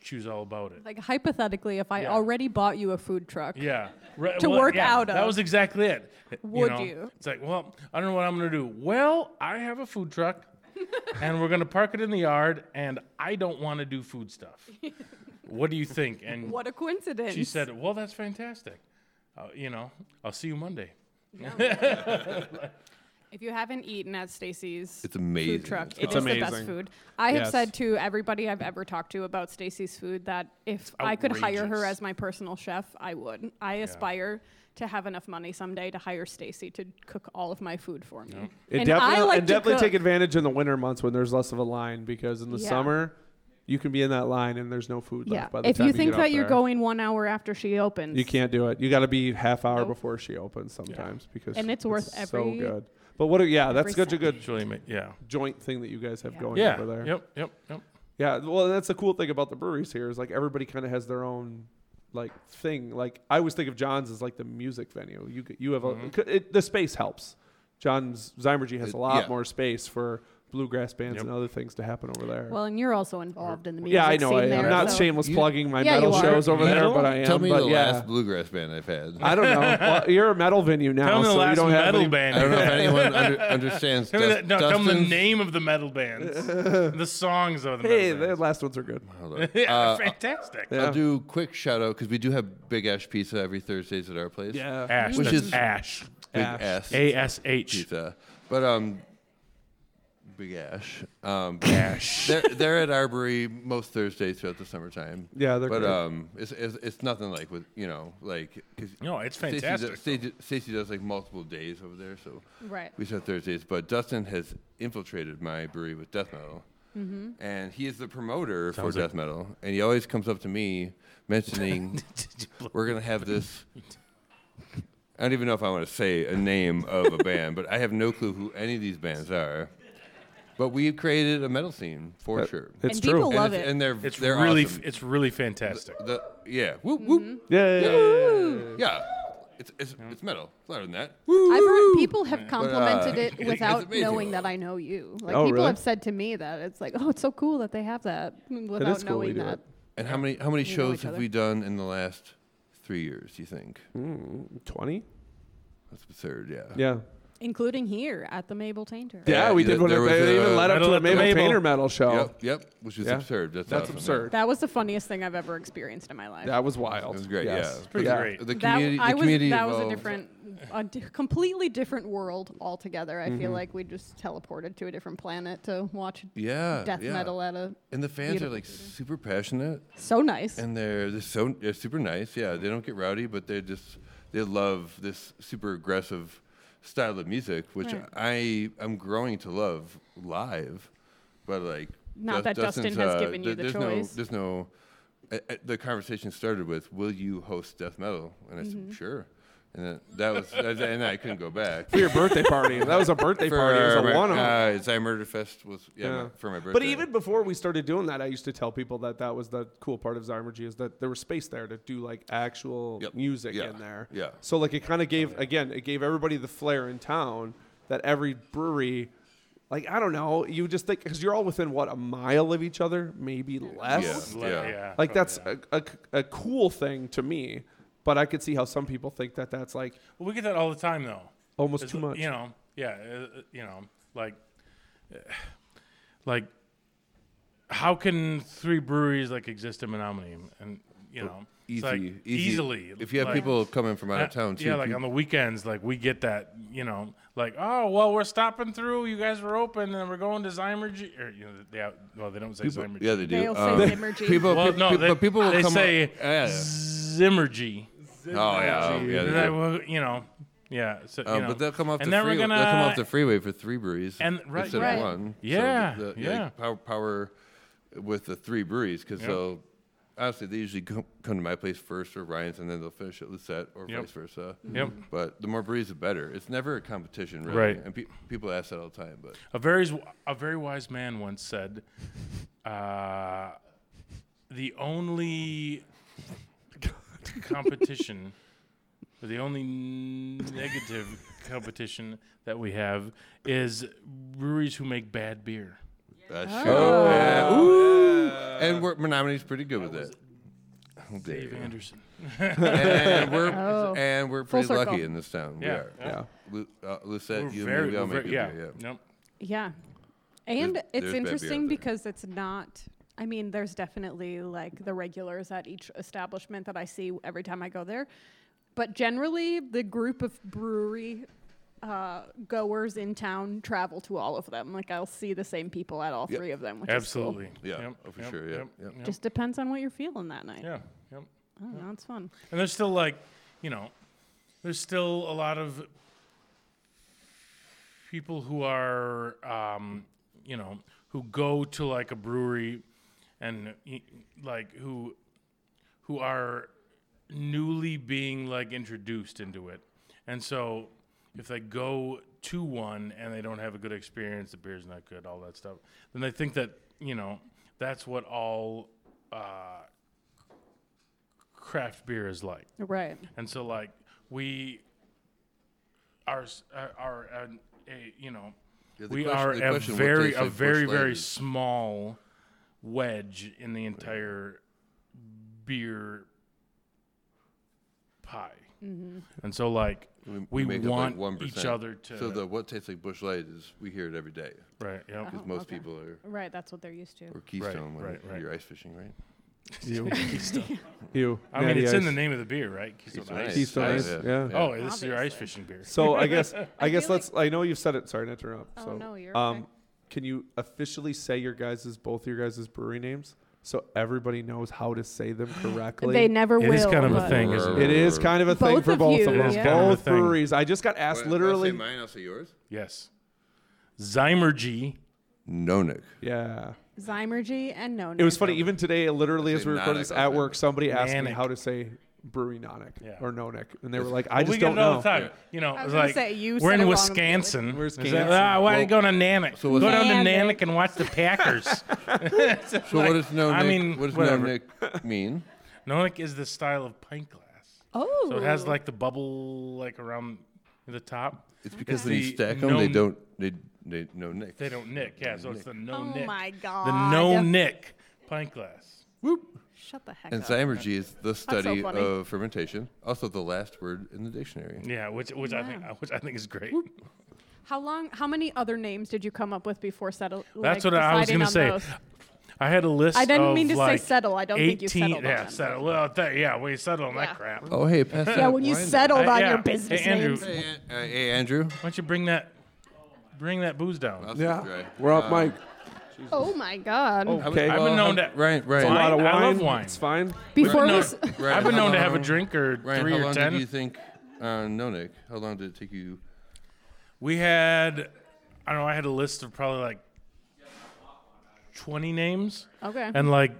S4: she was all about it.
S2: like hypothetically, if I
S4: Yeah.
S2: already bought you a food truck,
S4: Yeah. Right,
S2: To work
S4: yeah,
S2: out
S4: That
S2: of.
S4: was exactly it.
S2: Would
S4: know,
S2: you?
S4: It's like, well, I don't know what I'm going to do. Well, I have a food truck and we're going to park it in the yard and I don't want to do food stuff. what do you think? And
S2: what a coincidence!
S4: she said, well, that's fantastic. Uh, you know, I'll see you Monday.
S2: If you haven't eaten at Stacy's
S3: It's amazing.
S2: food truck,
S1: It's
S2: it's the best
S1: amazing.
S2: food. I have
S1: Yes.
S2: said to everybody I've ever talked to about Stacy's food that if I could hire her
S4: outrageous.
S2: as my personal chef, I would. I aspire to have enough money someday to hire Stacy to cook all of my food for me.
S1: And,
S2: And
S1: definitely,
S2: I like
S1: and
S2: to
S1: definitely take
S2: cook.
S1: advantage in the winter months when there's less of a line because in the
S2: Yeah.
S1: summer you can be in that line and there's no food
S2: Yeah.
S1: left by the
S2: If
S1: time
S2: you
S1: get
S2: think
S1: out
S2: that you're
S1: there.
S2: going one hour after she opens,
S1: you can't do it. You got to be half hour before she opens sometimes because
S2: And it's worth
S1: so
S2: every-
S1: good. But what? A, yeah, that's
S2: every
S1: such a good
S4: Usually, ma- yeah.
S1: joint thing that you guys have going
S4: Yeah.
S1: over there.
S4: Yep. Yep. Yep.
S1: Yeah, well, that's the cool thing about the breweries here is like everybody kind of has their own like thing. Like I always think of John's as like the music venue. You c- you have a c- it, the space helps. John's Zymergy has
S3: Mm-hmm. It-
S1: a lot
S3: yeah.
S1: more space for bluegrass bands
S4: Yep.
S1: and other things to happen over there.
S2: Well, and you're also involved in the music
S1: yeah, I know. I,
S2: scene there,
S1: am not
S2: so-
S1: shameless plugging my
S2: Yeah,
S1: metal
S2: you are.
S1: shows over
S4: Metal?
S1: there, but I am.
S3: Tell me
S1: but
S3: the
S1: yeah.
S3: last bluegrass band I've had. I,
S1: I don't know. Well, you're a metal venue now,
S4: Tell me
S1: so
S4: the
S1: you
S4: last
S1: don't have
S4: metal
S1: any-
S4: band.
S3: don't know if anyone under, understands.
S4: Tell me,
S3: Dust-
S4: that, no, tell me the
S3: Dustin's-
S4: name of the metal bands. the songs of the
S1: Hey,
S4: metal
S1: the
S4: bands.
S1: last ones are good.
S3: Hold on.
S4: yeah,
S3: Uh,
S4: fantastic.
S1: Yeah.
S3: I'll do quick shout out because we do have Big Ash Pizza every Thursdays at our place.
S1: Yeah.
S4: Ash,
S3: Which
S4: which
S3: is-
S4: is Ash.
S3: Big
S1: Ash.
S3: Ash
S4: A S H.
S3: Pizza. But um, Big Ash. Um,
S4: Ash.
S3: they're they're at Arbory most Thursdays throughout the summertime.
S1: Yeah, they're
S3: But
S1: great.
S3: um, it's, it's it's nothing like with you know like because
S4: No, it's
S3: Stacy
S4: fantastic.
S3: does, Stacey- Stacey does like multiple days over there, so
S2: Right.
S3: we said Thursdays. But Dustin has infiltrated my brewery with death metal, and he is the promoter for death metal. And he always comes up to me mentioning we're gonna have this. I don't even know if I want to say a name of a band, but I have no clue who any of these bands are. But we've created a metal scene for
S1: That-
S3: sure.
S1: It's
S2: And
S1: true.
S2: people-
S3: and
S2: love
S3: it's-
S2: it.
S3: And they're
S4: It's
S3: they're
S4: really,
S3: awesome.
S4: it's really fantastic.
S3: The- yeah. Woo
S2: Mm-hmm.
S3: woo.
S1: yeah, yeah, yeah,
S3: Yeah. It's it's, it's metal. It's louder than that.
S2: I've heard people have complimented
S3: it's-
S2: it
S3: it's
S2: without
S3: amazing.
S2: knowing that I know you. Like
S1: Oh,
S2: people
S1: really?
S2: have said to me that it's like, oh, it's so cool that they have that without
S1: is cool we
S2: knowing
S1: do
S2: that.
S1: it.
S3: And how many how many
S2: know
S3: shows
S2: each
S3: have
S2: other.
S3: we done in the last three years? Do you think
S1: Twenty.
S3: that's absurd? Yeah.
S1: Mm. Yeah.
S2: Including here at the Mabel Tainter.
S1: Yeah, we
S3: Yeah,
S1: did one.
S3: there
S1: at-
S3: was
S1: They
S3: a-
S1: even led up
S4: Metal
S1: to a
S4: at the
S1: Mabel
S4: Mabel.
S1: Painter metal show.
S3: Yep. Yep. Which is
S1: Yeah.
S3: absurd. That's,
S1: That's
S3: awesome.
S1: absurd.
S2: That was the funniest thing I've ever experienced in my life.
S1: That was wild.
S3: It was great.
S1: Yes.
S3: Yeah. It's
S4: pretty
S1: Yeah.
S4: great.
S3: The
S2: That-
S3: community.
S2: I
S3: the
S2: was,
S3: community
S2: that was a
S3: involved-
S2: different, a di- completely different world altogether. I
S1: Mm-hmm.
S2: feel like we just teleported to a different planet to watch
S3: Yeah.
S2: death
S3: yeah.
S2: metal at a
S3: And the fans
S2: Beautiful.
S3: are like super passionate,
S2: so nice.
S3: and they're they're so they're super nice. Yeah. They don't get rowdy, but they just they love this super aggressive style of music, which
S2: Right.
S3: I am growing to love live, but like.
S2: Not
S3: Dust-
S2: that Dustin
S3: Dustin's,
S2: has
S3: uh,
S2: given you
S3: there-
S2: the
S3: there's
S2: choice.
S3: No, there's no I- I- the conversation started with, "Will you host death metal?" And I
S2: Mm-hmm.
S3: said, "Sure." And then that was, and I couldn't go back.
S1: For your birthday party. That was a birthday party. It was a
S3: my-
S1: one off.
S3: uh, Zy Murder Fest was yeah, my- for my birthday.
S1: But even before we started doing that, I used to tell people that that was the cool part of Zymergy is that there was space there to do like actual
S3: Yep.
S1: music
S3: Yeah.
S1: in there.
S3: Yeah. Oh,
S1: So like it kind of gave again, it gave everybody the flair in town that every brewery. Like I don't know, you just think because you're all within what a mile of each other, maybe less.
S4: Like,
S3: Yeah.
S1: Like
S4: oh,
S1: that's
S4: yeah.
S1: a, a, a cool thing to me, but I could see how some people think that that's like
S4: Well, we get that all the time though.
S1: almost
S4: It's,
S1: too much.
S4: You know, yeah, uh, uh, you know, like, uh, like, how can three breweries like exist in Menominee? And you know, it's
S3: easy,
S4: like,
S3: easy,
S4: easily.
S3: If you have
S4: like-
S3: people coming from out of town too,
S4: yeah, like
S3: peop-
S4: on the weekends, like we get that, you know, like oh well, we're stopping through. You guys were open, and we're going to Zymergy, or you know, they out, well they don't say
S3: people-
S4: Zymergy.
S3: yeah, they do. Uh,
S2: They'll say Zimmergy.
S3: people,
S4: well,
S3: pe-
S4: no,
S3: pe-
S4: they,
S3: but people will
S4: they
S3: come.
S4: say
S3: up, yeah.
S4: Zimmergy.
S3: oh yeah, oh, yeah, they
S4: That
S3: do.
S4: will- you know, yeah. So,
S3: Uh,
S4: you know.
S3: but they'll come off
S4: and
S3: the
S4: then
S3: freeway.
S4: We're gonna,
S3: they'll come off the freeway for three breweries
S4: And- right,
S3: instead
S2: right.
S3: of one.
S4: Yeah,
S3: so the, the,
S4: yeah.
S3: like, power, power with the three breweries because
S4: Yep.
S3: they'll honestly they usually come, come to my place first or Ryan's and then they'll finish at Lucette or
S4: Yep.
S3: vice versa.
S4: Yep.
S3: But the more breweries, the better. It's never a competition, really.
S4: Right.
S3: And pe- people ask that all the time, but
S4: A very a very wise man once said, uh, "The only competition, or the only negative competition that we have is breweries who make bad beer."
S3: that's
S2: Oh.
S3: sure. Yeah. Ooh. And we're, Menominee's pretty good with it. How dare
S4: Dave
S3: you.
S4: Anderson.
S3: and we're
S2: Oh.
S3: and we're
S2: Full
S3: pretty lucky
S2: circle.
S3: in this town.
S4: Yeah.
S3: We are.
S1: yeah.
S3: Lu- uh, Lucette,
S4: We're
S3: you
S4: very,
S3: and me, we all
S4: we're
S3: make
S4: very-
S3: good
S4: yeah.
S3: beer. Yeah.
S4: Nope.
S2: Yeah. And
S3: there's bad
S2: it's
S3: beer out
S2: interesting
S3: there.
S2: because it's not I mean, there's definitely like the regulars at each establishment that I see every time I go there. But generally the group of brewery uh, goers in town travel to all of them. Like I'll see the same people at all
S3: Yep.
S2: three of them, which is
S4: Absolutely.
S3: Yeah,
S4: Yep,
S3: oh, for
S4: yep,
S3: sure, yeah,
S4: Yep,
S3: yeah.
S4: yep,
S2: cool. Just depends on what you're feeling that night.
S4: yeah. Yep.
S2: I don't know, it's fun.
S4: And there's still like, you know, there's still a lot of people who are, um, you know, who go to like a brewery and y- like who, who are newly being like introduced into it. And so if they go to one and they don't have a good experience, the beer's not good, all that stuff, then they think that, you know, that's what all uh, craft beer is like.
S2: Right.
S4: And so like we are s- are, are an, uh, a you know
S3: Yeah, the
S4: we
S3: question-
S4: are
S3: the
S4: a
S3: question, what tastes
S4: very a
S3: like bush
S4: very very
S3: lighters.
S4: small wedge in the entire beer pie,
S2: Mm-hmm.
S4: and so like
S3: We-
S4: we,
S3: we make up, like,
S4: want
S3: 1%.
S4: each other to
S3: So the what tastes like bush light is we hear it every day
S4: right. Yeah,
S3: because
S2: Oh,
S3: most
S2: okay.
S3: people are
S2: Right, that's what they're used to.
S3: or Keystone when
S4: right, right.
S3: you're ice fishing, right?
S1: You.
S4: Keystone.
S1: you.
S4: I mean, it's in the
S1: name.
S4: name of the beer, right? Keystone
S3: Keystone
S4: Ice.
S3: Ice.
S1: Keystone
S3: Ice,
S1: Ice, yeah.
S3: yeah.
S4: Oh, this is your ice
S2: Obviously.
S4: fishing beer.
S1: So I guess I guess
S2: feel
S1: let's. I know you've said it. Sorry to interrupt.
S2: Oh,
S1: so, um,
S2: no, you're
S4: um,
S2: okay.
S1: Can you officially say your guys' both your guys' brewery names so everybody knows how to say them correctly?
S2: They never
S4: It
S2: will.
S4: is kind of a
S2: but-
S4: thing, isn't
S1: it is kind of a thing
S2: Both
S1: for
S2: of
S1: both
S2: you,
S1: of
S2: It
S1: us.
S2: is yeah.
S4: kind of a
S1: Both
S4: thing.
S1: breweries. I just got asked literally.
S3: mine, I'll say yours.
S4: Yes. Zymergy.
S3: Nonic.
S1: Yeah.
S2: Zymergy and no.
S1: It was funny. Even today, literally as we
S3: Say
S1: were recording
S3: Nonic
S1: this
S3: all
S1: at
S3: the
S1: work,
S3: time.
S1: somebody asked me
S4: Nanic.
S1: how to say brewery Nonic
S4: Yeah.
S1: or Nonic, and they were like, "I
S4: Well,
S1: just
S4: we get
S1: don't
S4: it all
S1: know."
S4: the time. You know,
S5: I
S4: it's
S5: was gonna
S4: like
S5: say, you
S4: we're
S5: said it
S4: in
S5: wrong.
S4: Wisconsin.
S1: We're
S4: Is that-
S1: Wisconsin.
S4: ah, why
S3: Well-
S4: go to Nanic?
S3: So what's-
S4: go down to
S2: Nanic.
S4: Nanic and watch the Packers.
S3: So what does Nonic?
S4: I mean,
S3: what does
S4: whatever.
S3: Nonic mean?
S4: Nonic is the style of pint glass.
S2: Oh.
S4: So it has like the bubble like around the top.
S3: It's because
S4: Okay.
S3: when you
S4: The
S3: stack them, they
S4: gnome-
S3: don't they they no nick.
S4: They don't nick. Yeah, so it's the no
S5: Oh
S4: nick.
S5: my god.
S4: The no nick pint glass.
S5: Shut the heck
S3: And
S5: up.
S3: zymergy is the study
S5: funny.
S3: of fermentation, also the last word in the dictionary.
S4: Yeah, which which I think which I think is great.
S2: How long? How many other names did you come up with before settle?
S4: That's
S2: like,
S4: what I was
S2: deciding
S4: gonna
S2: on
S4: say.
S2: those?
S4: I had a list.
S2: I didn't
S4: of,
S2: mean to say
S4: like,
S2: settle. I don't think you
S4: 18
S2: settled on
S4: Yeah,
S2: them.
S4: settle. Well, th- yeah, we settled on
S2: Yeah.
S4: that crap.
S3: Oh hey, pass
S2: Yeah, when you settled
S4: I-
S2: on
S4: yeah.
S2: your business
S4: Hey, Andrew.
S2: names.
S4: Why
S3: Hey, An- uh, hey, Andrew.
S4: don't you bring that bring that booze down?
S1: Yeah. We're up, Mike.
S2: Oh my God!
S1: Okay.
S4: I've
S1: A
S4: been
S3: Well,
S4: known
S3: how-
S4: to
S3: Ryan- Ryan.
S4: Wine?
S1: lot of
S4: I love
S1: wine.
S4: wine.
S1: It's fine.
S2: Before
S4: No,
S2: we, s-
S3: Ryan,
S4: I've been
S3: how
S4: known to have a
S3: long-
S4: drink or
S3: Ryan,
S4: three
S3: how
S4: or
S3: long
S4: ten.
S3: did you think on Nonic? How long did it take you?
S4: We had, I don't know, I had a list of probably like 20 names.
S2: okay.
S4: And like,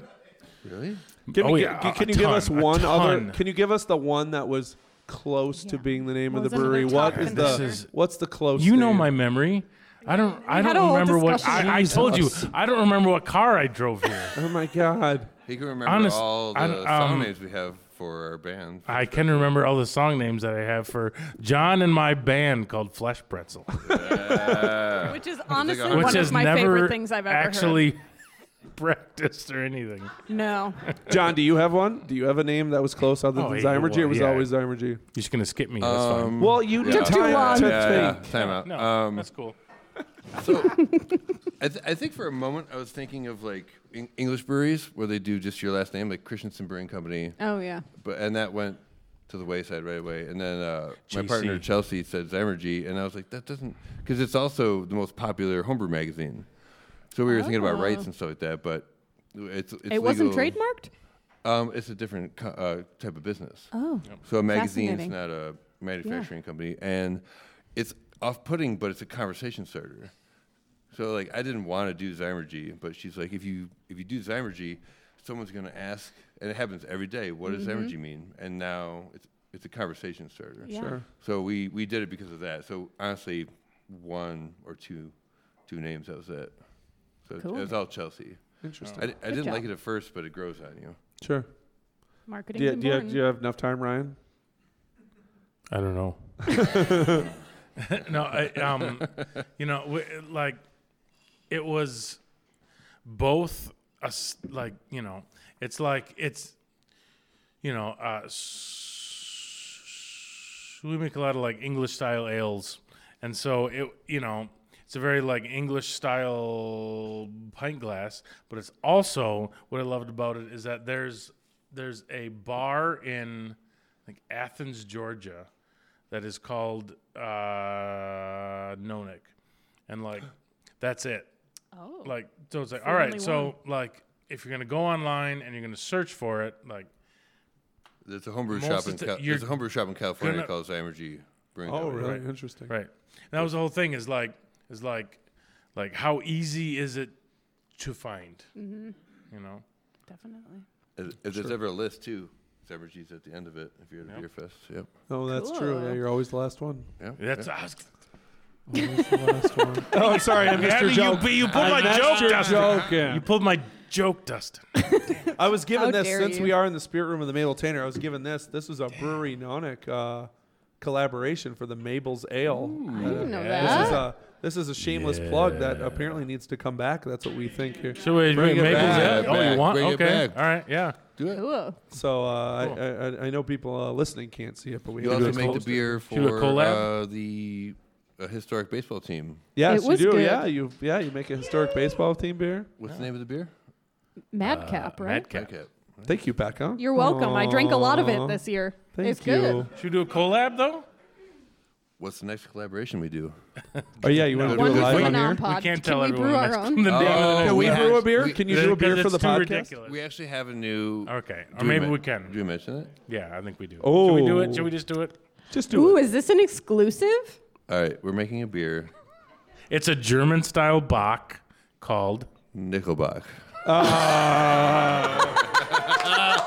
S3: Really?
S1: Give
S4: Oh,
S1: me,
S4: yeah,
S1: gi-
S4: a
S1: can you give us
S4: ton, a
S1: one other?
S4: ton.
S1: Can you give us the one that was close to
S5: Yeah.
S1: being the name
S5: What
S1: of the
S5: was another
S1: brewery?
S5: top
S1: What is
S5: contender?
S1: the?
S4: This is-
S1: what's the close?
S4: you know
S1: name?
S4: my memory. I don't. I
S2: had
S4: don't
S2: a whole
S4: remember what.
S2: discussion.
S4: I, I told you. I don't remember what car I drove here.
S1: Oh my god!
S3: He can remember
S4: Honest-
S3: all the
S4: I- um,
S3: song names we have for our band.
S4: I can remember all the song names that I have for John and my band called Flesh Pretzel,
S2: Which is honestly
S3: Which
S2: one of
S4: which is
S2: my
S4: never
S2: favorite things I've ever
S4: actually practiced or anything.
S2: heard. No,
S1: John, do you have one? Do you have a name that was close other
S4: Oh,
S1: than
S4: yeah,
S1: Zymergy? It was
S4: yeah.
S1: always Zymergy.
S4: You're just gonna skip me. That's
S3: Um,
S4: fine.
S1: Well, you
S3: yeah.
S1: took
S3: Took too
S1: time
S2: long.
S1: to
S3: Yeah, yeah,
S1: think.
S3: time out.
S4: No,
S3: Um,
S4: that's cool.
S3: So, I, th- I think for a moment I was thinking of like Eng- English breweries where they do just your last name, like Christensen Brewing Company,
S2: oh yeah,
S3: but and that went to the wayside right away. And then uh, my partner
S4: GC.
S3: Chelsea said Zymergy, and I was like, that doesn't because it's also the most popular homebrew magazine. So we were thinking about rights and stuff like that, but it's, it's
S2: it wasn't
S3: legal.
S2: trademarked.
S3: Um, it's a different co- uh, type of business.
S2: Oh,
S3: So a magazine's
S2: Fascinating.
S3: not a manufacturing company, and it's off-putting, but it's a conversation starter. So like, I didn't want to do Zymergy, but she's like, if you if you do Zymergy, someone's going to ask, and it happens every day. What does Zymergy mean? And now it's it's a conversation starter.
S2: Mm-hmm. yeah.
S1: Sure.
S3: So we we did it because of that. So honestly, one or two two names. That was it. So it
S2: Cool.
S3: was all Chelsea.
S1: Interesting.
S3: I, di- I didn't like
S2: job.
S3: it at first, but it grows on you.
S1: Sure.
S2: Marketing.
S1: Do you,
S2: and
S1: do, you,
S2: born.
S1: do you have enough time, Ryan?
S4: I don't know. no, I, um, you know, w- like it was both us, like you know, it's like it's, you know, uh, s- we make a lot of like English style ales, and so it, you know, it's a very like English style pint glass, but it's also what I loved about it is that there's there's a bar in like Athens, Georgia, that is called uh, Nonic, and like that's it.
S5: Oh.
S4: Like so, it's like
S2: the
S4: all
S2: only
S4: right. So like, if you're gonna go online and you're gonna search for it, like
S3: There's a homebrew
S4: Most
S3: shop
S4: of
S3: in
S4: the-
S3: Cal-
S4: you're
S3: there's a homebrew shop in California
S4: gonna-
S3: called Zymergy Brewing
S1: Oh,
S3: Company.
S1: really?
S4: right.
S1: Interesting.
S4: Right. And that was the whole thing is like is like like how easy is it to find? Mm-hmm. You know.
S2: Definitely.
S4: uh,
S3: If, if there's ever a list too, Zymergy's at the end of it. If you're at a beer fest, yep,
S1: Oh, that's true. Yeah,
S2: Cool.
S1: you're always the last one.
S3: yep.
S4: That's
S3: yep.
S4: I was-
S1: Always the last one. oh, I'm sorry, I missed
S4: Abby,
S1: your joke.
S4: You, you pulled
S1: I
S4: my
S1: missed
S4: joke,
S1: your
S4: Dustin.
S1: joke, yeah.
S4: You pulled my joke, Dustin.
S1: I was given
S2: How
S1: this
S2: dare
S1: since
S2: you.
S1: we are in the spirit room of the Mabel Tanner. I was given this. This was a brewery nonic uh, collaboration for the Mabel's Ale.
S2: I didn't know
S4: Yeah.
S1: This is a
S2: that.
S1: This is a shameless plug that apparently needs to come back. That's what we think here.
S4: Should we
S1: Bring it
S4: make
S1: back.
S4: this? Oh,
S3: Bring it
S4: you want?
S3: back. Bring it
S4: okay.
S3: back.
S4: All right. Yeah.
S3: Do it.
S2: Cool.
S1: So uh,
S4: Cool.
S1: I, I, I know people uh, listening can't see it, but we
S3: You
S1: have
S3: also
S1: to
S3: make the
S1: post it.
S3: beer
S4: Do a
S3: for
S4: collab?
S3: uh, the uh, historic baseball team.
S1: Yes,
S2: It was
S1: you do.
S2: good.
S1: Yeah, you yeah you make a historic baseball team beer.
S3: What's the name of the beer?
S2: Madcap,
S4: Uh,
S2: right?
S4: Madcap.
S3: Okay.
S1: Thank you, Becca.
S2: You're welcome. I drank a lot of it
S1: Aw,
S2: this year.
S1: Thank
S2: it's
S1: you.
S2: good.
S4: Should we do a collab though?
S3: What's the next collaboration we do?
S1: Oh yeah, you want to
S3: One
S1: do it
S3: with
S1: live on
S3: Wayne
S1: here?
S2: on pod.
S4: We can't
S2: Can
S4: tell
S2: we
S4: everyone.
S2: brew our
S4: that's
S2: own?
S4: the name of
S3: Oh,
S4: the
S1: Can we
S3: have-
S1: brew a beer?
S3: we-
S1: Can you do a beer for the
S4: too
S1: podcast?
S4: Ridiculous.
S3: We actually have a new.
S4: Okay. Or
S3: Do
S4: maybe
S3: men-
S4: we
S3: Do
S4: can.
S3: we mention it?
S4: Yeah, I think we do.
S1: Oh.
S4: Should we do it? Should we just do it?
S1: Just do
S2: Ooh,
S1: it.
S2: is this an exclusive?
S3: All right, we're making a beer,
S4: It's a German style Bach called.
S3: Nickelback.
S1: Ah.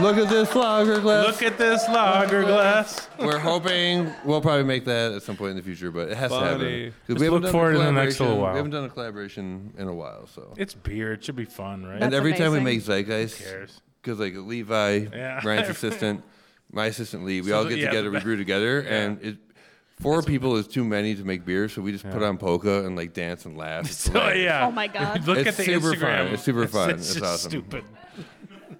S3: Look at this lager glass.
S4: Look at this lager glass.
S3: We're hoping we'll probably make that at some point in the future, but it has to happen.
S1: Funny.
S3: 'Cause
S4: Just
S3: we haven't
S4: look
S3: done a
S4: forward to the next little
S3: collaboration-
S4: while.
S3: We haven't done a collaboration in a while, so.
S4: It's beer. It should be fun, right?
S3: and
S2: That's
S3: every time we
S2: amazing.
S3: make Zeitgeist,
S4: cares?
S3: because like Levi,
S4: Yeah.
S3: Ryan's assistant, my assistant Lee, we all
S4: So,
S3: get
S4: yeah,
S3: together, we
S4: the-
S3: brew together, and it, four people is too many to make beer, so we just put on polka and like dance and laugh. It's
S4: So
S3: hilarious.
S4: yeah.
S5: Oh my God.
S4: Look
S3: It's
S4: at the
S3: super fun.
S4: Instagram.
S3: It's super fun.
S4: It's,
S3: It's
S4: just
S3: awesome.
S4: stupid.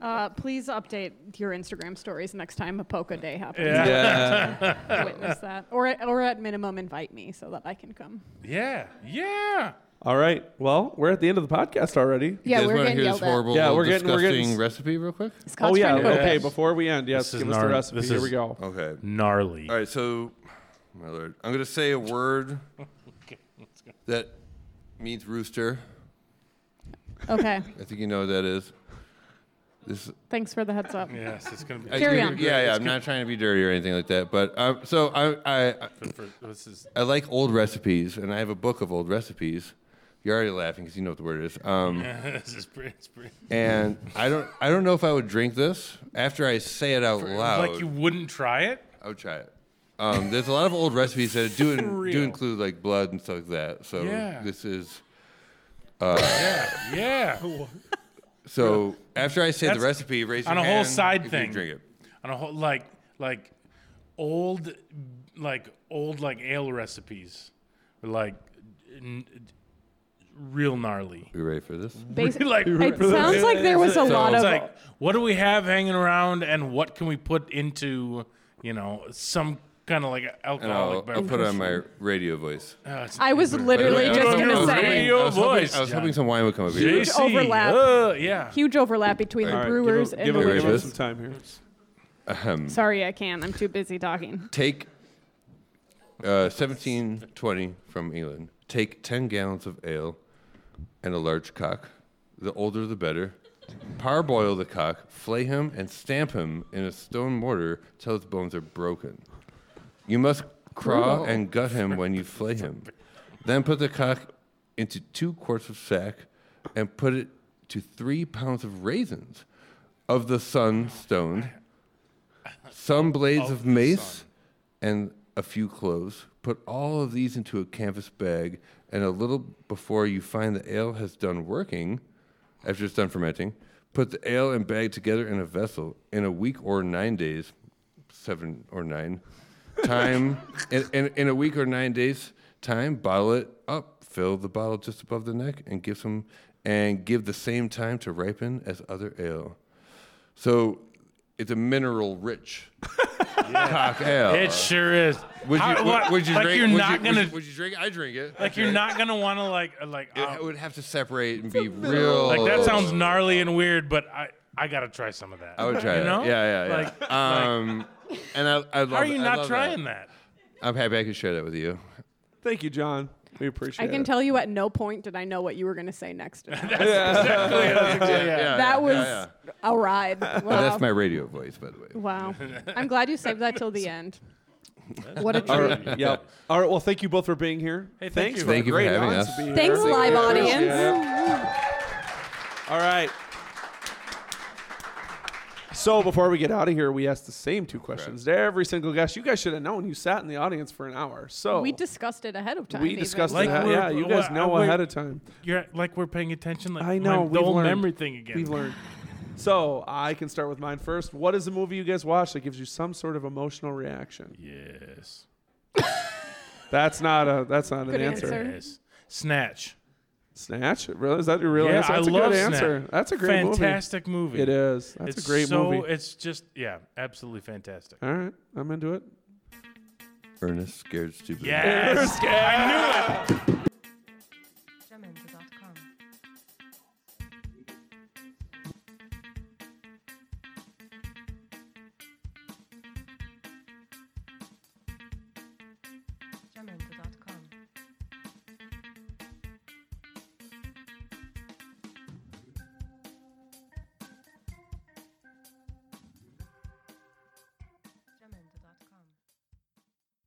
S2: Uh, please update your Instagram stories next time a Polka Day happens.
S4: Yeah.
S1: yeah.
S2: to witness that, or at- or at minimum invite me so that I can come.
S4: Yeah. Yeah.
S1: All right. Well, we're at the end of the podcast already.
S3: You guys wanna hear this horrible,
S1: Yeah, we're getting- we're getting
S3: disgusting
S1: s-
S3: recipe real quick?
S2: Scott's
S1: oh yeah.
S2: trying to
S4: Yes.
S1: Okay. Before we end, yes,
S4: This is
S1: give us the
S4: gnarly.
S1: recipe.
S4: This
S1: Here
S4: is-
S1: we go.
S3: Okay.
S4: Gnarly.
S3: All right, so, my lord, I'm gonna say a word that means rooster.
S2: Okay,
S3: I think you know what that is. This
S2: thanks for the heads up.
S4: Yes, it's gonna be.
S3: I-
S2: Carry
S3: yeah,
S2: on.
S3: Yeah, yeah. I'm not trying to be dirty or anything like that, but um, so I, I
S4: for- this is
S3: I like old recipes, and I have a book of old recipes. You're already laughing because you know what the word is. Um,
S4: this is pretty. It's pretty.
S3: and I don't I don't know if I would drink this after I say it out loud.
S4: Like you wouldn't try it?
S3: I would try it. Um, there's a lot of old recipes that do in, do
S4: real.
S3: include like blood and stuff like that. So
S4: Yeah.
S3: this is
S4: Yeah. Yeah.
S3: so after I say the
S4: That's-
S3: recipe, raise your
S4: on a
S3: hand
S4: whole side
S3: if you
S4: thing.
S3: drink it.
S4: on a whole like like old like old like ale recipes, like n- real gnarly.
S3: You ready for this?
S2: Basi-
S4: like
S2: it sounds like there was a lot
S4: it's
S2: of
S4: like what do we have hanging around and what can we put into you know some kind of like
S3: And I'll,
S4: alcoholic
S3: I'll
S4: beverage?
S3: put on my radio voice.
S4: Ah, it's-
S2: I was literally
S3: I was
S2: just
S3: hoping- I
S2: gonna
S3: was
S2: say
S3: hoping- I was hoping-
S4: Voice,
S3: I was hoping
S4: John.
S3: some wine would come over here.
S4: JC,
S2: overlap.
S4: uh, yeah.
S2: huge overlap between the
S1: All right, give
S2: brewers
S1: him- give
S2: and
S1: him,
S2: the
S3: Right.
S1: give him
S3: Yes.
S1: some time here.
S2: Sorry, I can't. I'm too busy talking.
S3: Take uh, 1720 from England. Take 10 gallons of ale and a large cock. The older the better. Parboil the cock, flay him, and stamp him in a stone mortar till his bones are broken. You must craw and gut him when you flay him. Then put the cock into two quarts of sack and put it to three pounds of raisins of the sun stoned, some blades of,
S4: the
S3: mace,
S4: sun.
S3: and a few cloves. Put all of these into a canvas bag, and a little before you find the ale has done working, after it's done fermenting, put the ale and bag together in a vessel. In a week or nine days, seven or nine, time in, in, in a week or nine days time bottle it up fill the bottle just above the neck and give some and give the same time to ripen as other ale so it's a mineral rich cock ale
S4: It sure is.
S3: would you,
S4: How-
S3: would-
S4: what-
S3: would you
S4: like
S3: drink
S4: you're
S3: would
S4: not
S3: you,
S4: gonna
S3: would you, would you drink i drink it
S4: like you're not gonna want to like uh, like
S3: it
S4: uh,
S3: would have to separate and be real
S4: like that sounds gnarly and weird, but I I gotta try some of that.
S3: i would try
S4: you
S3: that.
S4: know?
S3: yeah yeah yeah
S4: Like, like,
S3: um and i, I love
S4: how are you
S3: I
S4: not
S3: love
S4: trying
S3: that.
S4: that?
S3: i'm happy i could share that with you
S1: Thank you, John. We
S2: I
S1: appreciate it.
S2: can tell you at no point did I know what you were gonna say next. to that.
S4: Oh,
S3: yeah, yeah,
S2: That was
S3: yeah.
S2: a ride. Wow.
S3: that's my radio voice by the way
S2: wow. I'm glad you saved that till the end. What a
S1: All
S2: treat.
S1: right. Yep. All right. Well, thank you both for being here.
S4: Hey, thank
S1: Thanks
S4: you.
S1: for
S3: Thank
S1: a
S3: you for
S1: great
S3: having
S1: audience
S3: us.
S1: to be here.
S2: Thanks,
S1: Thank
S2: live
S1: you.
S2: audience.
S1: Yeah. All right. So before we get out of here, we asked the same two questions to every single guest. You guys should have known. You sat in the audience for an hour, so
S2: We discussed it ahead of time.
S1: we
S2: even.
S1: discussed
S4: Like
S1: that.
S4: we're-
S1: Yeah, you guys know
S4: well, we're-
S1: ahead of time.
S4: You're like we're paying attention. Like
S1: I know.
S4: my,
S1: We've
S4: the whole
S1: learned.
S4: memory thing again.
S1: We've learned. So I can start with mine first. What is a movie you guys watch that gives you some sort of emotional reaction?
S4: Yes.
S1: That's not a. That's not an
S2: Good
S1: answer.
S2: answer.
S4: Yes. Snatch.
S1: Snatch. Really? Is that your real
S4: yeah,
S1: answer?
S4: I
S1: That's a
S4: love
S1: good
S4: Snatch.
S1: answer. That's a great
S4: fantastic movie.
S1: movie. It is. That's
S4: it's
S1: a great
S4: so,
S1: movie.
S4: It's just yeah, absolutely fantastic.
S1: All right, I'm into it.
S3: Ernest Scared Stupid.
S4: Yes, I knew it.